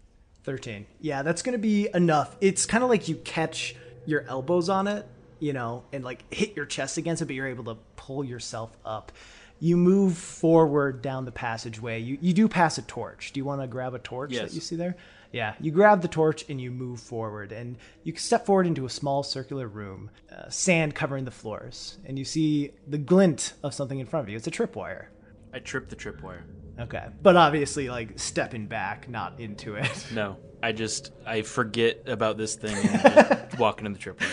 Speaker 1: 13. Yeah, that's going to be enough. It's kind of like you catch your elbows on it, you know, and like hit your chest against it, but you're able to pull yourself up. You move forward down the passageway. You, you do pass a torch. Do you want to grab a torch
Speaker 2: Yes.
Speaker 1: that you see there? Yeah, you grab the torch and you move forward, and you step forward into a small circular room, uh, sand covering the floors, and you see the glint of something in front of you. It's a tripwire.
Speaker 2: I trip the tripwire.
Speaker 1: Okay. But obviously, like, stepping back, not into it.
Speaker 2: No. I just, I forget about this thing and walking in the tripwire.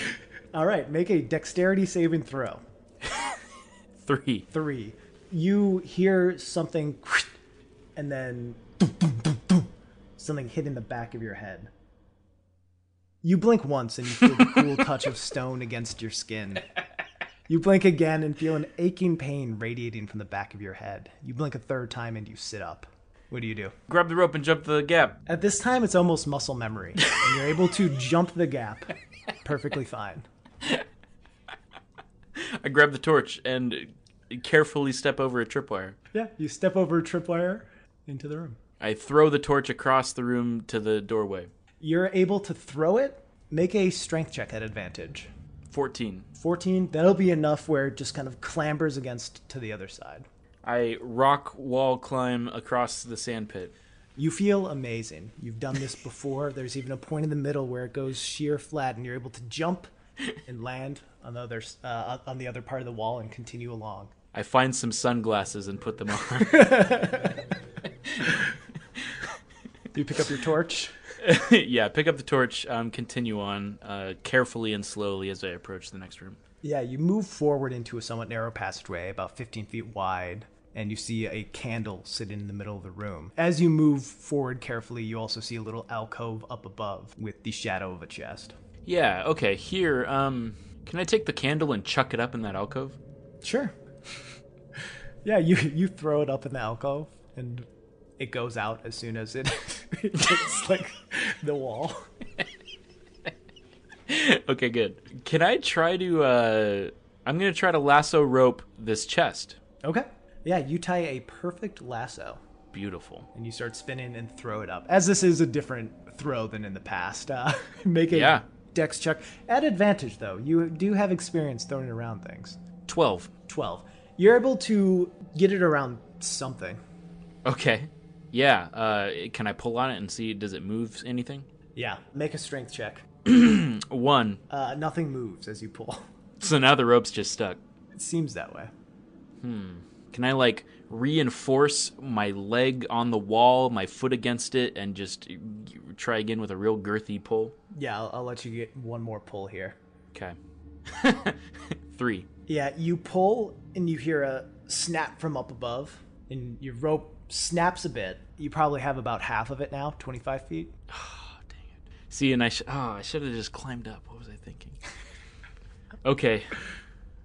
Speaker 1: All right, make a dexterity saving throw.
Speaker 2: Three.
Speaker 1: Three. You hear something, and then something hit in the back of your head. You blink once and you feel the cool touch of stone against your skin. You blink again and feel an aching pain radiating from the back of your head. You blink a third time and you sit up. What do you do?
Speaker 2: Grab the rope and jump the gap.
Speaker 1: At this time, it's almost muscle memory, and you're able to jump the gap perfectly fine.
Speaker 2: I grab the torch and carefully step over a tripwire.
Speaker 1: Yeah, you step over a tripwire into the room.
Speaker 2: I throw the torch across the room to the doorway.
Speaker 1: You're able to throw it. Make a strength check at advantage.
Speaker 2: 14.
Speaker 1: 14, that'll be enough where it just kind of clambers against to the other side.
Speaker 2: I rock wall climb across the sand pit.
Speaker 1: You feel amazing. You've done this before. There's even a point in the middle where it goes sheer flat and you're able to jump and land on the other s- uh, on the other part of the wall and continue along.
Speaker 2: I find some sunglasses and put them on.
Speaker 1: You pick up your torch.
Speaker 2: yeah, pick up the torch, um, continue on uh, carefully and slowly as I approach the next room.
Speaker 1: Yeah, you move forward into a somewhat narrow passageway, about 15 feet wide, and you see a candle sitting in the middle of the room. As you move forward carefully, you also see a little alcove up above with the shadow of a chest.
Speaker 2: Yeah, okay, here, um, can I take the candle and chuck it up in that alcove?
Speaker 1: Sure. yeah, you you throw it up in the alcove, and it goes out as soon as it hits like the wall.
Speaker 2: okay, good. Can I try to, uh, I'm gonna try to lasso rope this chest.
Speaker 1: Okay. Yeah, you tie a perfect lasso
Speaker 2: Beautiful.
Speaker 1: and you start spinning and throw it up. As this is a different throw than in the past, uh, make a
Speaker 2: Yeah.
Speaker 1: dex check at advantage though. You do have experience throwing around things.
Speaker 2: 12.
Speaker 1: 12. You're able to get it around something.
Speaker 2: Okay. Yeah. Uh, can I pull on it and see? Does it move anything?
Speaker 1: Yeah, make a strength check.
Speaker 2: One.
Speaker 1: Uh, nothing moves as you pull.
Speaker 2: So now the rope's just stuck.
Speaker 1: It seems that way.
Speaker 2: Can I like reinforce my leg on the wall, my foot against it, and just try again with a real girthy pull?
Speaker 1: Yeah, I'll, I'll let you get one more pull here.
Speaker 2: Okay. Three.
Speaker 1: Yeah, you pull and you hear a snap from up above, and your rope snaps a bit. You probably have about half of it now, 25 feet.
Speaker 2: See, and I sh- oh, I should have just climbed up. What was I thinking? okay,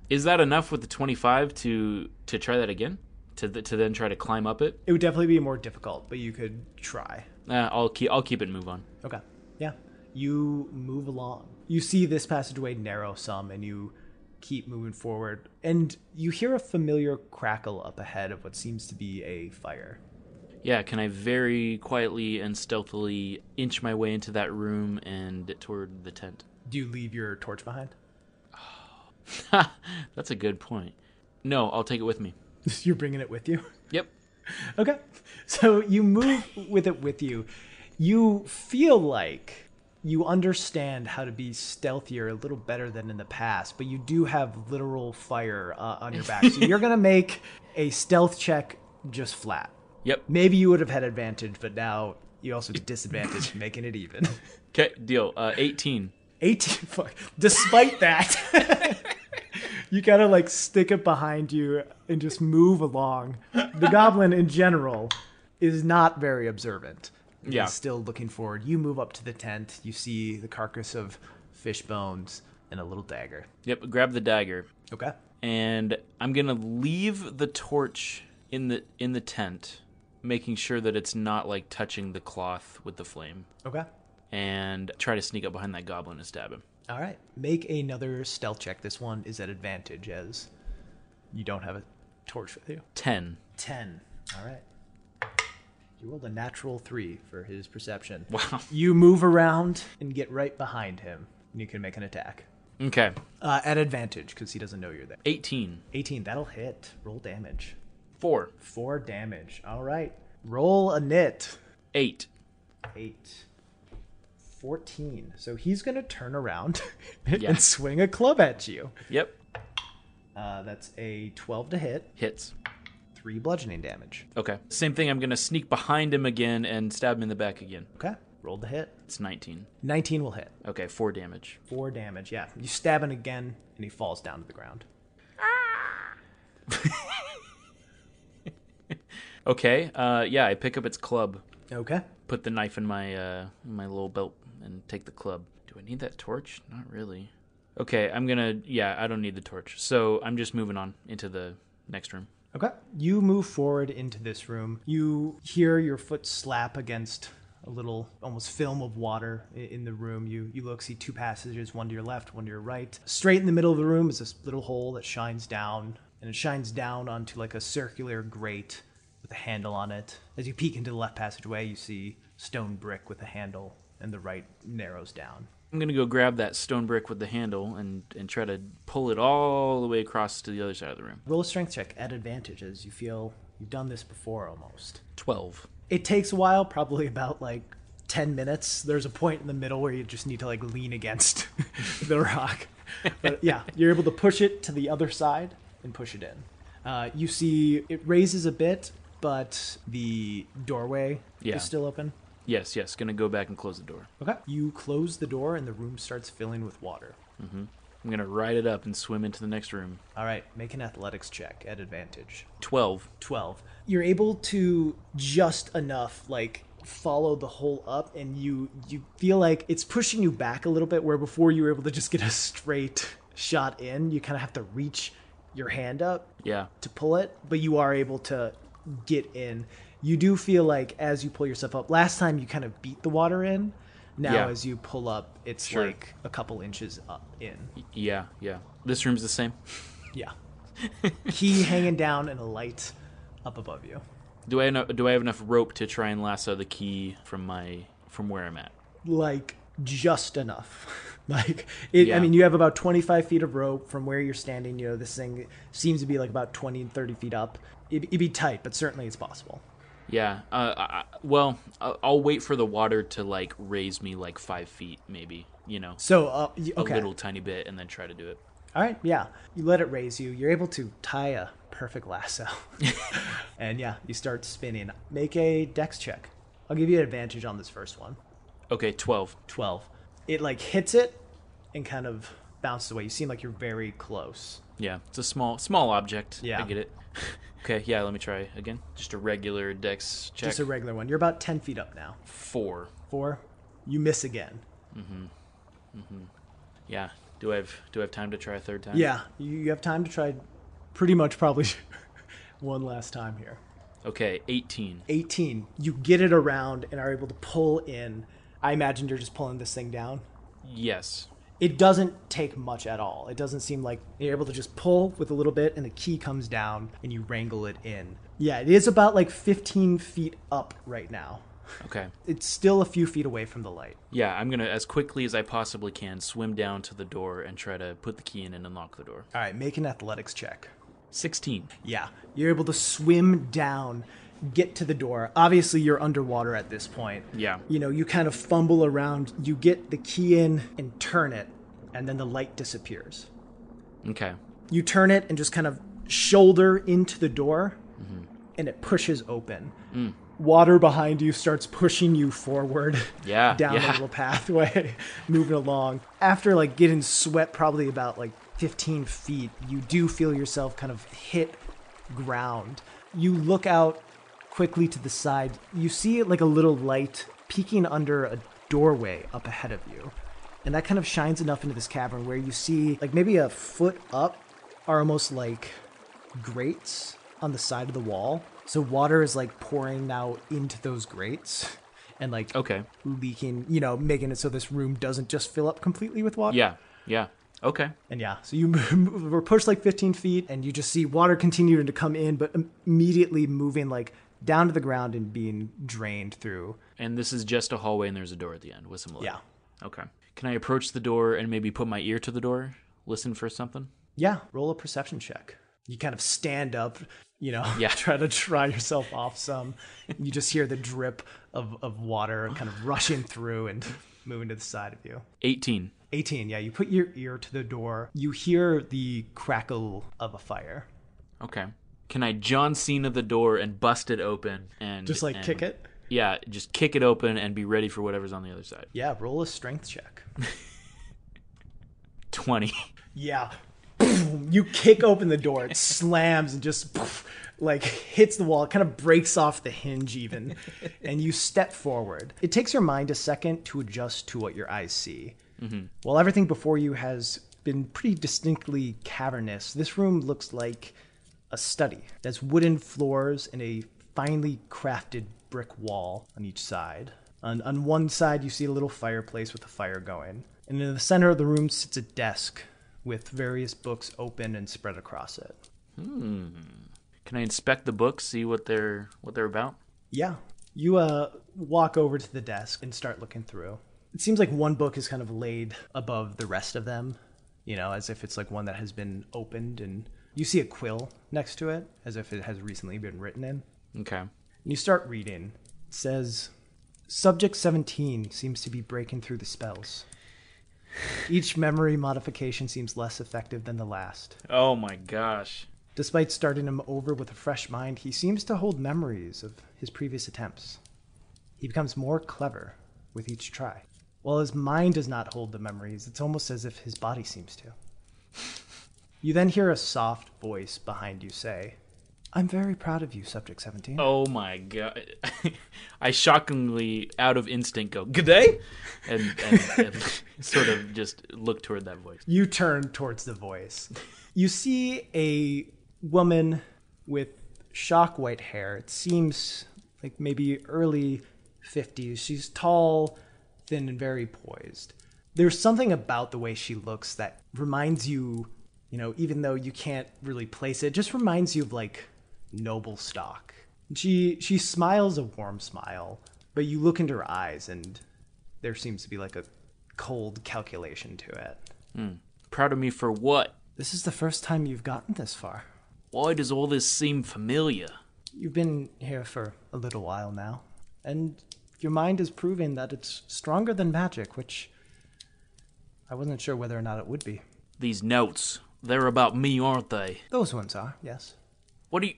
Speaker 2: is that enough with the twenty five to to try that again? To th- to then try to climb up it?
Speaker 1: It would definitely be more difficult, but you could try.
Speaker 2: Uh, I'll keep I'll keep it and move on.
Speaker 1: Okay. Yeah. You move along. You see this passageway narrow some and you keep moving forward. And you hear a familiar crackle up ahead of what seems to be a fire.
Speaker 2: Yeah, can I very quietly and stealthily inch my way into that room and toward the tent?
Speaker 1: Do you leave your torch behind?
Speaker 2: That's a good point. No, I'll take it with me.
Speaker 1: You're bringing it with you?
Speaker 2: Yep.
Speaker 1: Okay. So you move with it with you. You feel like you understand how to be stealthier a little better than in the past, but you do have literal fire uh, on your back. so you're going to make a stealth check just flat.
Speaker 2: Yep.
Speaker 1: Maybe you would have had advantage, but now you also get disadvantage, making it even.
Speaker 2: Okay, deal. Uh, 18.
Speaker 1: 18 fuck despite that you gotta like stick it behind you and just move along the goblin in general is not very observant He's
Speaker 2: Yeah.
Speaker 1: still looking forward you move up to the tent you see the carcass of fish bones and a little dagger
Speaker 2: Yep, grab the dagger.
Speaker 1: okay
Speaker 2: and I'm gonna leave the torch in the in the tent, making sure that it's not like touching the cloth with the flame,
Speaker 1: okay
Speaker 2: and try to sneak up behind that goblin and stab him.
Speaker 1: all right make another stealth check this one is at advantage as you don't have a torch with you
Speaker 2: Ten.
Speaker 1: 10. All right. You rolled a natural 3 for his perception.
Speaker 2: Wow.
Speaker 1: You move around and get right behind him, and you can make an attack.
Speaker 2: Okay.
Speaker 1: Uh, at advantage, because he doesn't know you're there.
Speaker 2: Eighteen.
Speaker 1: 18, that'll hit. Roll damage.
Speaker 2: Four.
Speaker 1: 4 damage. All right. Roll a knit.
Speaker 2: Eight.
Speaker 1: 8. 14. So he's going to turn around
Speaker 2: Yeah.
Speaker 1: and swing a club at you.
Speaker 2: Yep.
Speaker 1: Uh, that's a 12 to hit,
Speaker 2: Hits.
Speaker 1: 3 bludgeoning damage.
Speaker 2: Okay. Same thing. I'm gonna sneak behind him again and stab him in the back again.
Speaker 1: Okay. Roll the hit.
Speaker 2: It's nineteen.
Speaker 1: 19 will hit.
Speaker 2: Okay. Four damage.
Speaker 1: Four damage, yeah. You stab him again, and he falls down to the ground.
Speaker 2: Okay. Uh, yeah. I pick up its club,
Speaker 1: Okay.
Speaker 2: put the knife in my uh, in my little belt, and take the club. Do I need that torch? Not really. Okay, I'm gonna. Yeah, I don't need the torch, so I'm just moving on into the next room.
Speaker 1: Okay. You move forward into this room. You hear your foot slap against a little, almost film of water i- in the room. You you look, see two passages, one to your left, one to your right. Straight in the middle of the room is this little hole that shines down, and it shines down onto like a circular grate with a handle on it. As you peek into the left passageway, you see stone brick with a handle, and the right narrows down.
Speaker 2: I'm gonna go grab that stone brick with the handle and and try to pull it all the way across to the other side of the room.
Speaker 1: Roll a strength check at advantage as you feel you've done this before almost.
Speaker 2: Twelve.
Speaker 1: It takes a while, probably about like 10 minutes. There's a point in the middle where you just need to like lean against the rock. But yeah, you're able to push it to the other side and push it in. Uh, you see it raises a bit, but the doorway
Speaker 2: Yeah.
Speaker 1: is still open.
Speaker 2: Yes, yes. Gonna go back and close the door.
Speaker 1: Okay. You close the door and the room starts filling with water.
Speaker 2: I'm gonna ride it up and swim into the next room.
Speaker 1: All right, make an athletics check at advantage.
Speaker 2: Twelve.
Speaker 1: 12 you're able to just enough like follow the hole up and you you feel like it's pushing you back a little bit where before you were able to just get a straight shot in you kind of have to reach your hand up
Speaker 2: Yeah.
Speaker 1: to pull it but you are able to get in you do feel like as you pull yourself up last time you kind of beat the water in now
Speaker 2: Yeah.
Speaker 1: as you pull up it's
Speaker 2: Sure.
Speaker 1: like a couple inches up in
Speaker 2: Yeah. Yeah. This room's the same.
Speaker 1: yeah key hanging down and a light up above you.
Speaker 2: Do I know, do I have enough rope to try and lasso the key from my from where I'm at?
Speaker 1: Like just enough. like it, I
Speaker 2: Yeah.
Speaker 1: mean, you have about 25 feet of rope from where you're standing. You know, this thing seems to be like about 20 and 30 feet up. It, it'd be tight, but certainly it's possible.
Speaker 2: Yeah. Uh, I, I- well, I- I'll wait for the water to like raise me like five feet, maybe. You know,
Speaker 1: So, uh, y-
Speaker 2: a
Speaker 1: okay.
Speaker 2: little tiny bit, and then try to do it.
Speaker 1: All right, yeah. You let it raise you. You're able to tie a perfect lasso. and yeah, you start spinning. Make a dex check. I'll give you an advantage on this first one.
Speaker 2: Okay, twelve.
Speaker 1: 12. It like hits it and kind of bounces away. You seem like you're very close.
Speaker 2: Yeah, it's a small small object.
Speaker 1: Yeah.
Speaker 2: I get it. okay, yeah. Let me try again. Just a regular dex check.
Speaker 1: Just a regular one. You're about 10 feet up now.
Speaker 2: Four.
Speaker 1: Four. You miss again.
Speaker 2: Yeah. Do I have do I have time to try a third time?
Speaker 1: Yeah, you, you have time to try pretty much probably one last time here.
Speaker 2: Okay, eighteen.
Speaker 1: 18 you get it around and are able to pull in i imagine you're just pulling this thing down
Speaker 2: Yes.
Speaker 1: it doesn't take much at all it doesn't seem like you're able to just pull with a little bit and the key comes down and you wrangle it in yeah it is about like 15 feet up right now
Speaker 2: Okay.
Speaker 1: it's still a few feet away from the light
Speaker 2: Yeah, I'm gonna as quickly as I possibly can swim down to the door and try to put the key in and unlock the door.
Speaker 1: all right make an athletics check
Speaker 2: Sixteen.
Speaker 1: Yeah, you're able to swim down, get to the door. Obviously, you're underwater at this point.
Speaker 2: Yeah.
Speaker 1: You know, you kind of fumble around, you get the key in and turn it, and then the light disappears.
Speaker 2: Okay.
Speaker 1: You turn it and just kind of shoulder into the door, and it pushes open.
Speaker 2: Mm.
Speaker 1: Water behind you starts pushing you forward
Speaker 2: Yeah.
Speaker 1: down
Speaker 2: yeah.
Speaker 1: the little pathway, moving along. After like getting sweat probably about like 15 feet, you do feel yourself kind of hit ground. You look out quickly to the side. You see like a little light peeking under a doorway up ahead of you. And that kind of shines enough into this cavern where you see like maybe a foot up are almost like grates on the side of the wall. So water is like pouring now into those grates and like
Speaker 2: Okay.
Speaker 1: leaking, you know, making it so this room doesn't just fill up completely with water.
Speaker 2: Yeah. Yeah. Okay.
Speaker 1: And yeah, so you move- were pushed like 15 feet and you just see water continuing to come in, but im- immediately moving like down to the ground and being drained through.
Speaker 2: And this is just a hallway, and there's a door at the end with some light.
Speaker 1: Yeah.
Speaker 2: Okay. Can I approach the door and maybe put my ear to the door, listen for something?
Speaker 1: Yeah, roll a perception check. You kind of stand up, you know,
Speaker 2: Yeah.
Speaker 1: try to dry yourself off some. You just hear the drip of, of water kind of rushing through and moving to the side of you.
Speaker 2: Eighteen.
Speaker 1: 18, yeah, you put your ear to the door. You hear the crackle of a fire.
Speaker 2: Okay. Can I John Cena the door and bust it open and
Speaker 1: Just like
Speaker 2: and-
Speaker 1: kick it?
Speaker 2: Yeah, just kick it open and be ready for whatever's on the other side.
Speaker 1: Yeah, roll a strength check.
Speaker 2: Twenty.
Speaker 1: Yeah. Boom. you kick open the door, it slams and just poof, like hits the wall, it kind of breaks off the hinge even, and you step forward. It takes your mind a second to adjust to what your eyes see. While everything before you has been pretty distinctly cavernous, this room looks like a study. There's wooden floors and a finely crafted brick wall on each side. On, on one side, you see a little fireplace with a fire going. And in the center of the room sits a desk with various books open and spread across it.
Speaker 2: Can I inspect the books, see what they're what they're about?
Speaker 1: Yeah. You uh, walk over to the desk and start looking through. It seems like one book is kind of laid above the rest of them, you know, as if it's like one that has been opened. And you see a quill next to it, as if it has recently been written in.
Speaker 2: Okay.
Speaker 1: And you start reading. It says, Subject 17 seems to be breaking through the spells. Each memory modification seems less effective than the last.
Speaker 2: Oh my gosh.
Speaker 1: Despite starting him over with a fresh mind, he seems to hold memories of his previous attempts. He becomes more clever with each try. While his mind does not hold the memories, it's almost as if his body seems to. You then hear a soft voice behind you say, I'm very proud of you, Subject 17.
Speaker 2: Oh my god. I shockingly, out of instinct, go good day, and, and, and sort of just look toward that voice.
Speaker 1: You turn towards the voice. You see a woman with shock white hair. It seems like maybe early 50s. She's tall, thin, and very poised. There's something about the way she looks that reminds you, you know, even though you can't really place it, just reminds you of like noble stock. She she smiles a warm smile, but you look into her eyes and there seems to be like a cold calculation to it.
Speaker 2: Proud of me for what?
Speaker 1: This is the first time you've gotten this far.
Speaker 2: Why does all this seem familiar?
Speaker 1: You've been here for a little while now, and your mind is proving that it's stronger than magic, which I wasn't sure whether or not it would be.
Speaker 2: These notes, they're about me, aren't they?
Speaker 1: Those ones are, yes.
Speaker 2: What are you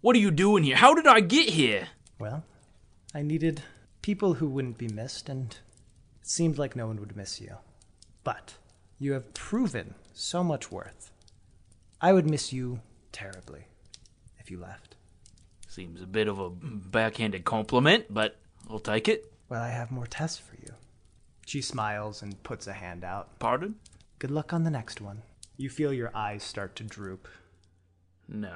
Speaker 2: what are you doing here? How did I get here?
Speaker 1: Well, I needed people who wouldn't be missed, and it seemed like no one would miss you. But you have proven so much worth. I would miss you terribly if you left.
Speaker 2: Seems a bit of a backhanded compliment, but I'll take it.
Speaker 1: Well, I have more tests for you. She smiles and puts a hand out.
Speaker 2: Pardon?
Speaker 1: Good luck on the next one. You feel your eyes start to droop,
Speaker 2: No.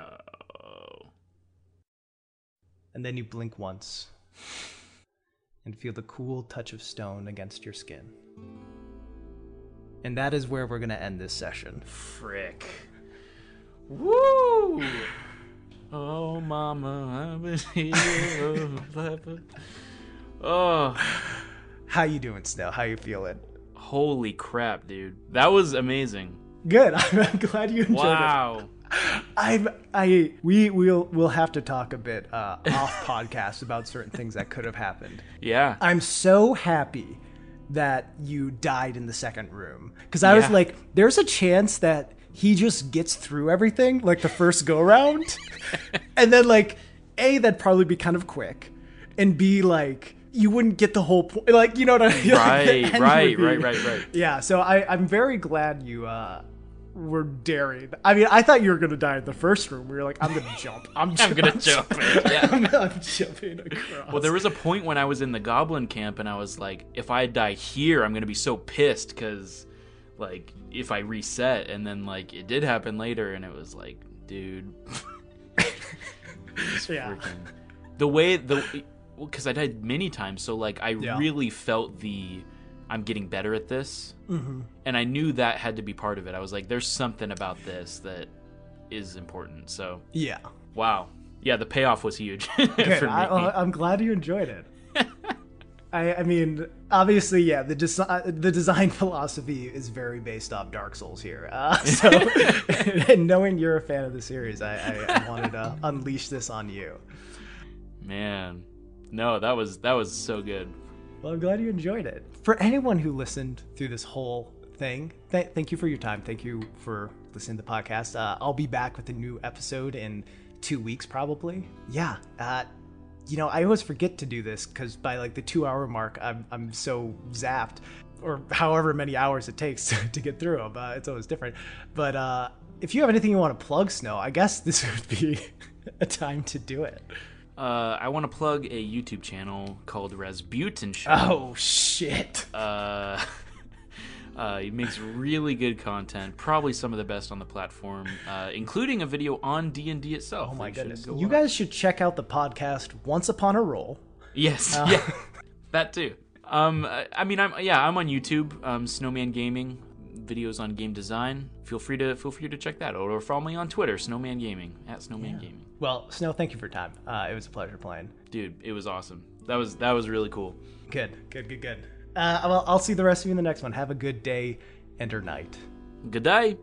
Speaker 1: and then you blink once and feel the cool touch of stone against your skin. And that is where we're going to end this session.
Speaker 2: Frick. Woo! Oh, mama, I'm a hero. oh,
Speaker 1: How you doing, Snow? How you feeling?
Speaker 2: holy crap, dude. That was amazing.
Speaker 1: Good. I'm glad you enjoyed it.
Speaker 2: Wow.
Speaker 1: I'm I we will we'll have to talk a bit uh, off podcast about certain things that could have happened.
Speaker 2: Yeah.
Speaker 1: I'm so happy that you died in the second room because I was
Speaker 2: Yeah.
Speaker 1: like, there's a chance that he just gets through everything like the first go round, and then like a that'd probably be kind of quick, and b like you wouldn't get the whole point. Like you know what I mean? Like, the
Speaker 2: Right,
Speaker 1: end would
Speaker 2: right,
Speaker 1: be-
Speaker 2: right, right, right.
Speaker 1: Yeah, so I I'm very glad you. uh were daring. I mean, I thought you were gonna die in the first room. We were like, I'm gonna jump. I'm,
Speaker 2: I'm gonna jump in, yeah.
Speaker 1: I'm, I'm jumping across.
Speaker 2: Well, there was a point when I was in the goblin camp and I was like, if I die here, I'm going to be so pissed because, like, if I reset and then, like, it did happen later and it was like, dude. It's
Speaker 1: Yeah.
Speaker 2: freaking- The way, the. Because I died many times, so, like, I
Speaker 1: Yeah.
Speaker 2: really felt the. I'm getting better at this.
Speaker 1: Mm-hmm.
Speaker 2: And I knew that had to be part of it. I was like, there's something about this that is important. So,
Speaker 1: yeah.
Speaker 2: wow. Yeah, the payoff was huge.
Speaker 1: Good.
Speaker 2: for me.
Speaker 1: I, I- I'm glad you enjoyed it. I, I mean, obviously, yeah. The design, the design philosophy is very based off Dark Souls here. Uh, so, and knowing you're a fan of the series, I, I, I wanted to unleash this on you.
Speaker 2: Man, no, that was that was so good.
Speaker 1: Well, I'm glad you enjoyed it. For anyone who listened through this whole thing, th- thank you for your time. Thank you for listening to the podcast. Uh, I'll be back with a new episode in two weeks, probably. Yeah. Uh, you know, I always forget to do this because by like the two hour mark, I'm, I'm so zapped, or however many hours it takes to get through them. Uh, it's always different. But uh, if you have anything you want to plug, Snow, I guess this would be a time to do it.
Speaker 2: Uh, I want to plug a YouTube channel called Rasputin Show.
Speaker 1: Oh, shit.
Speaker 2: Uh, uh, he makes really good content, probably some of the best on the platform, uh, including a video on D and D itself.
Speaker 1: Oh my
Speaker 2: You should
Speaker 1: goodness.
Speaker 2: go
Speaker 1: You
Speaker 2: watch.
Speaker 1: guys should check out the podcast Once Upon a Roll.
Speaker 2: Yes,
Speaker 1: Uh.
Speaker 2: yeah, that too. Um, I I mean, I'm yeah, I'm on YouTube. Um, Snowman Gaming videos on game design. Feel free to feel free to check that out, or follow me on Twitter, Snowman Gaming at Snowman Gaming.
Speaker 1: Well, Snow, thank you for your time. Uh, it was a pleasure playing.
Speaker 2: Dude, it was awesome. That was that was really cool.
Speaker 1: Good, good, good, good. Uh, well, I'll see the rest of you in the next one. Have a good day and or night.
Speaker 2: Good day.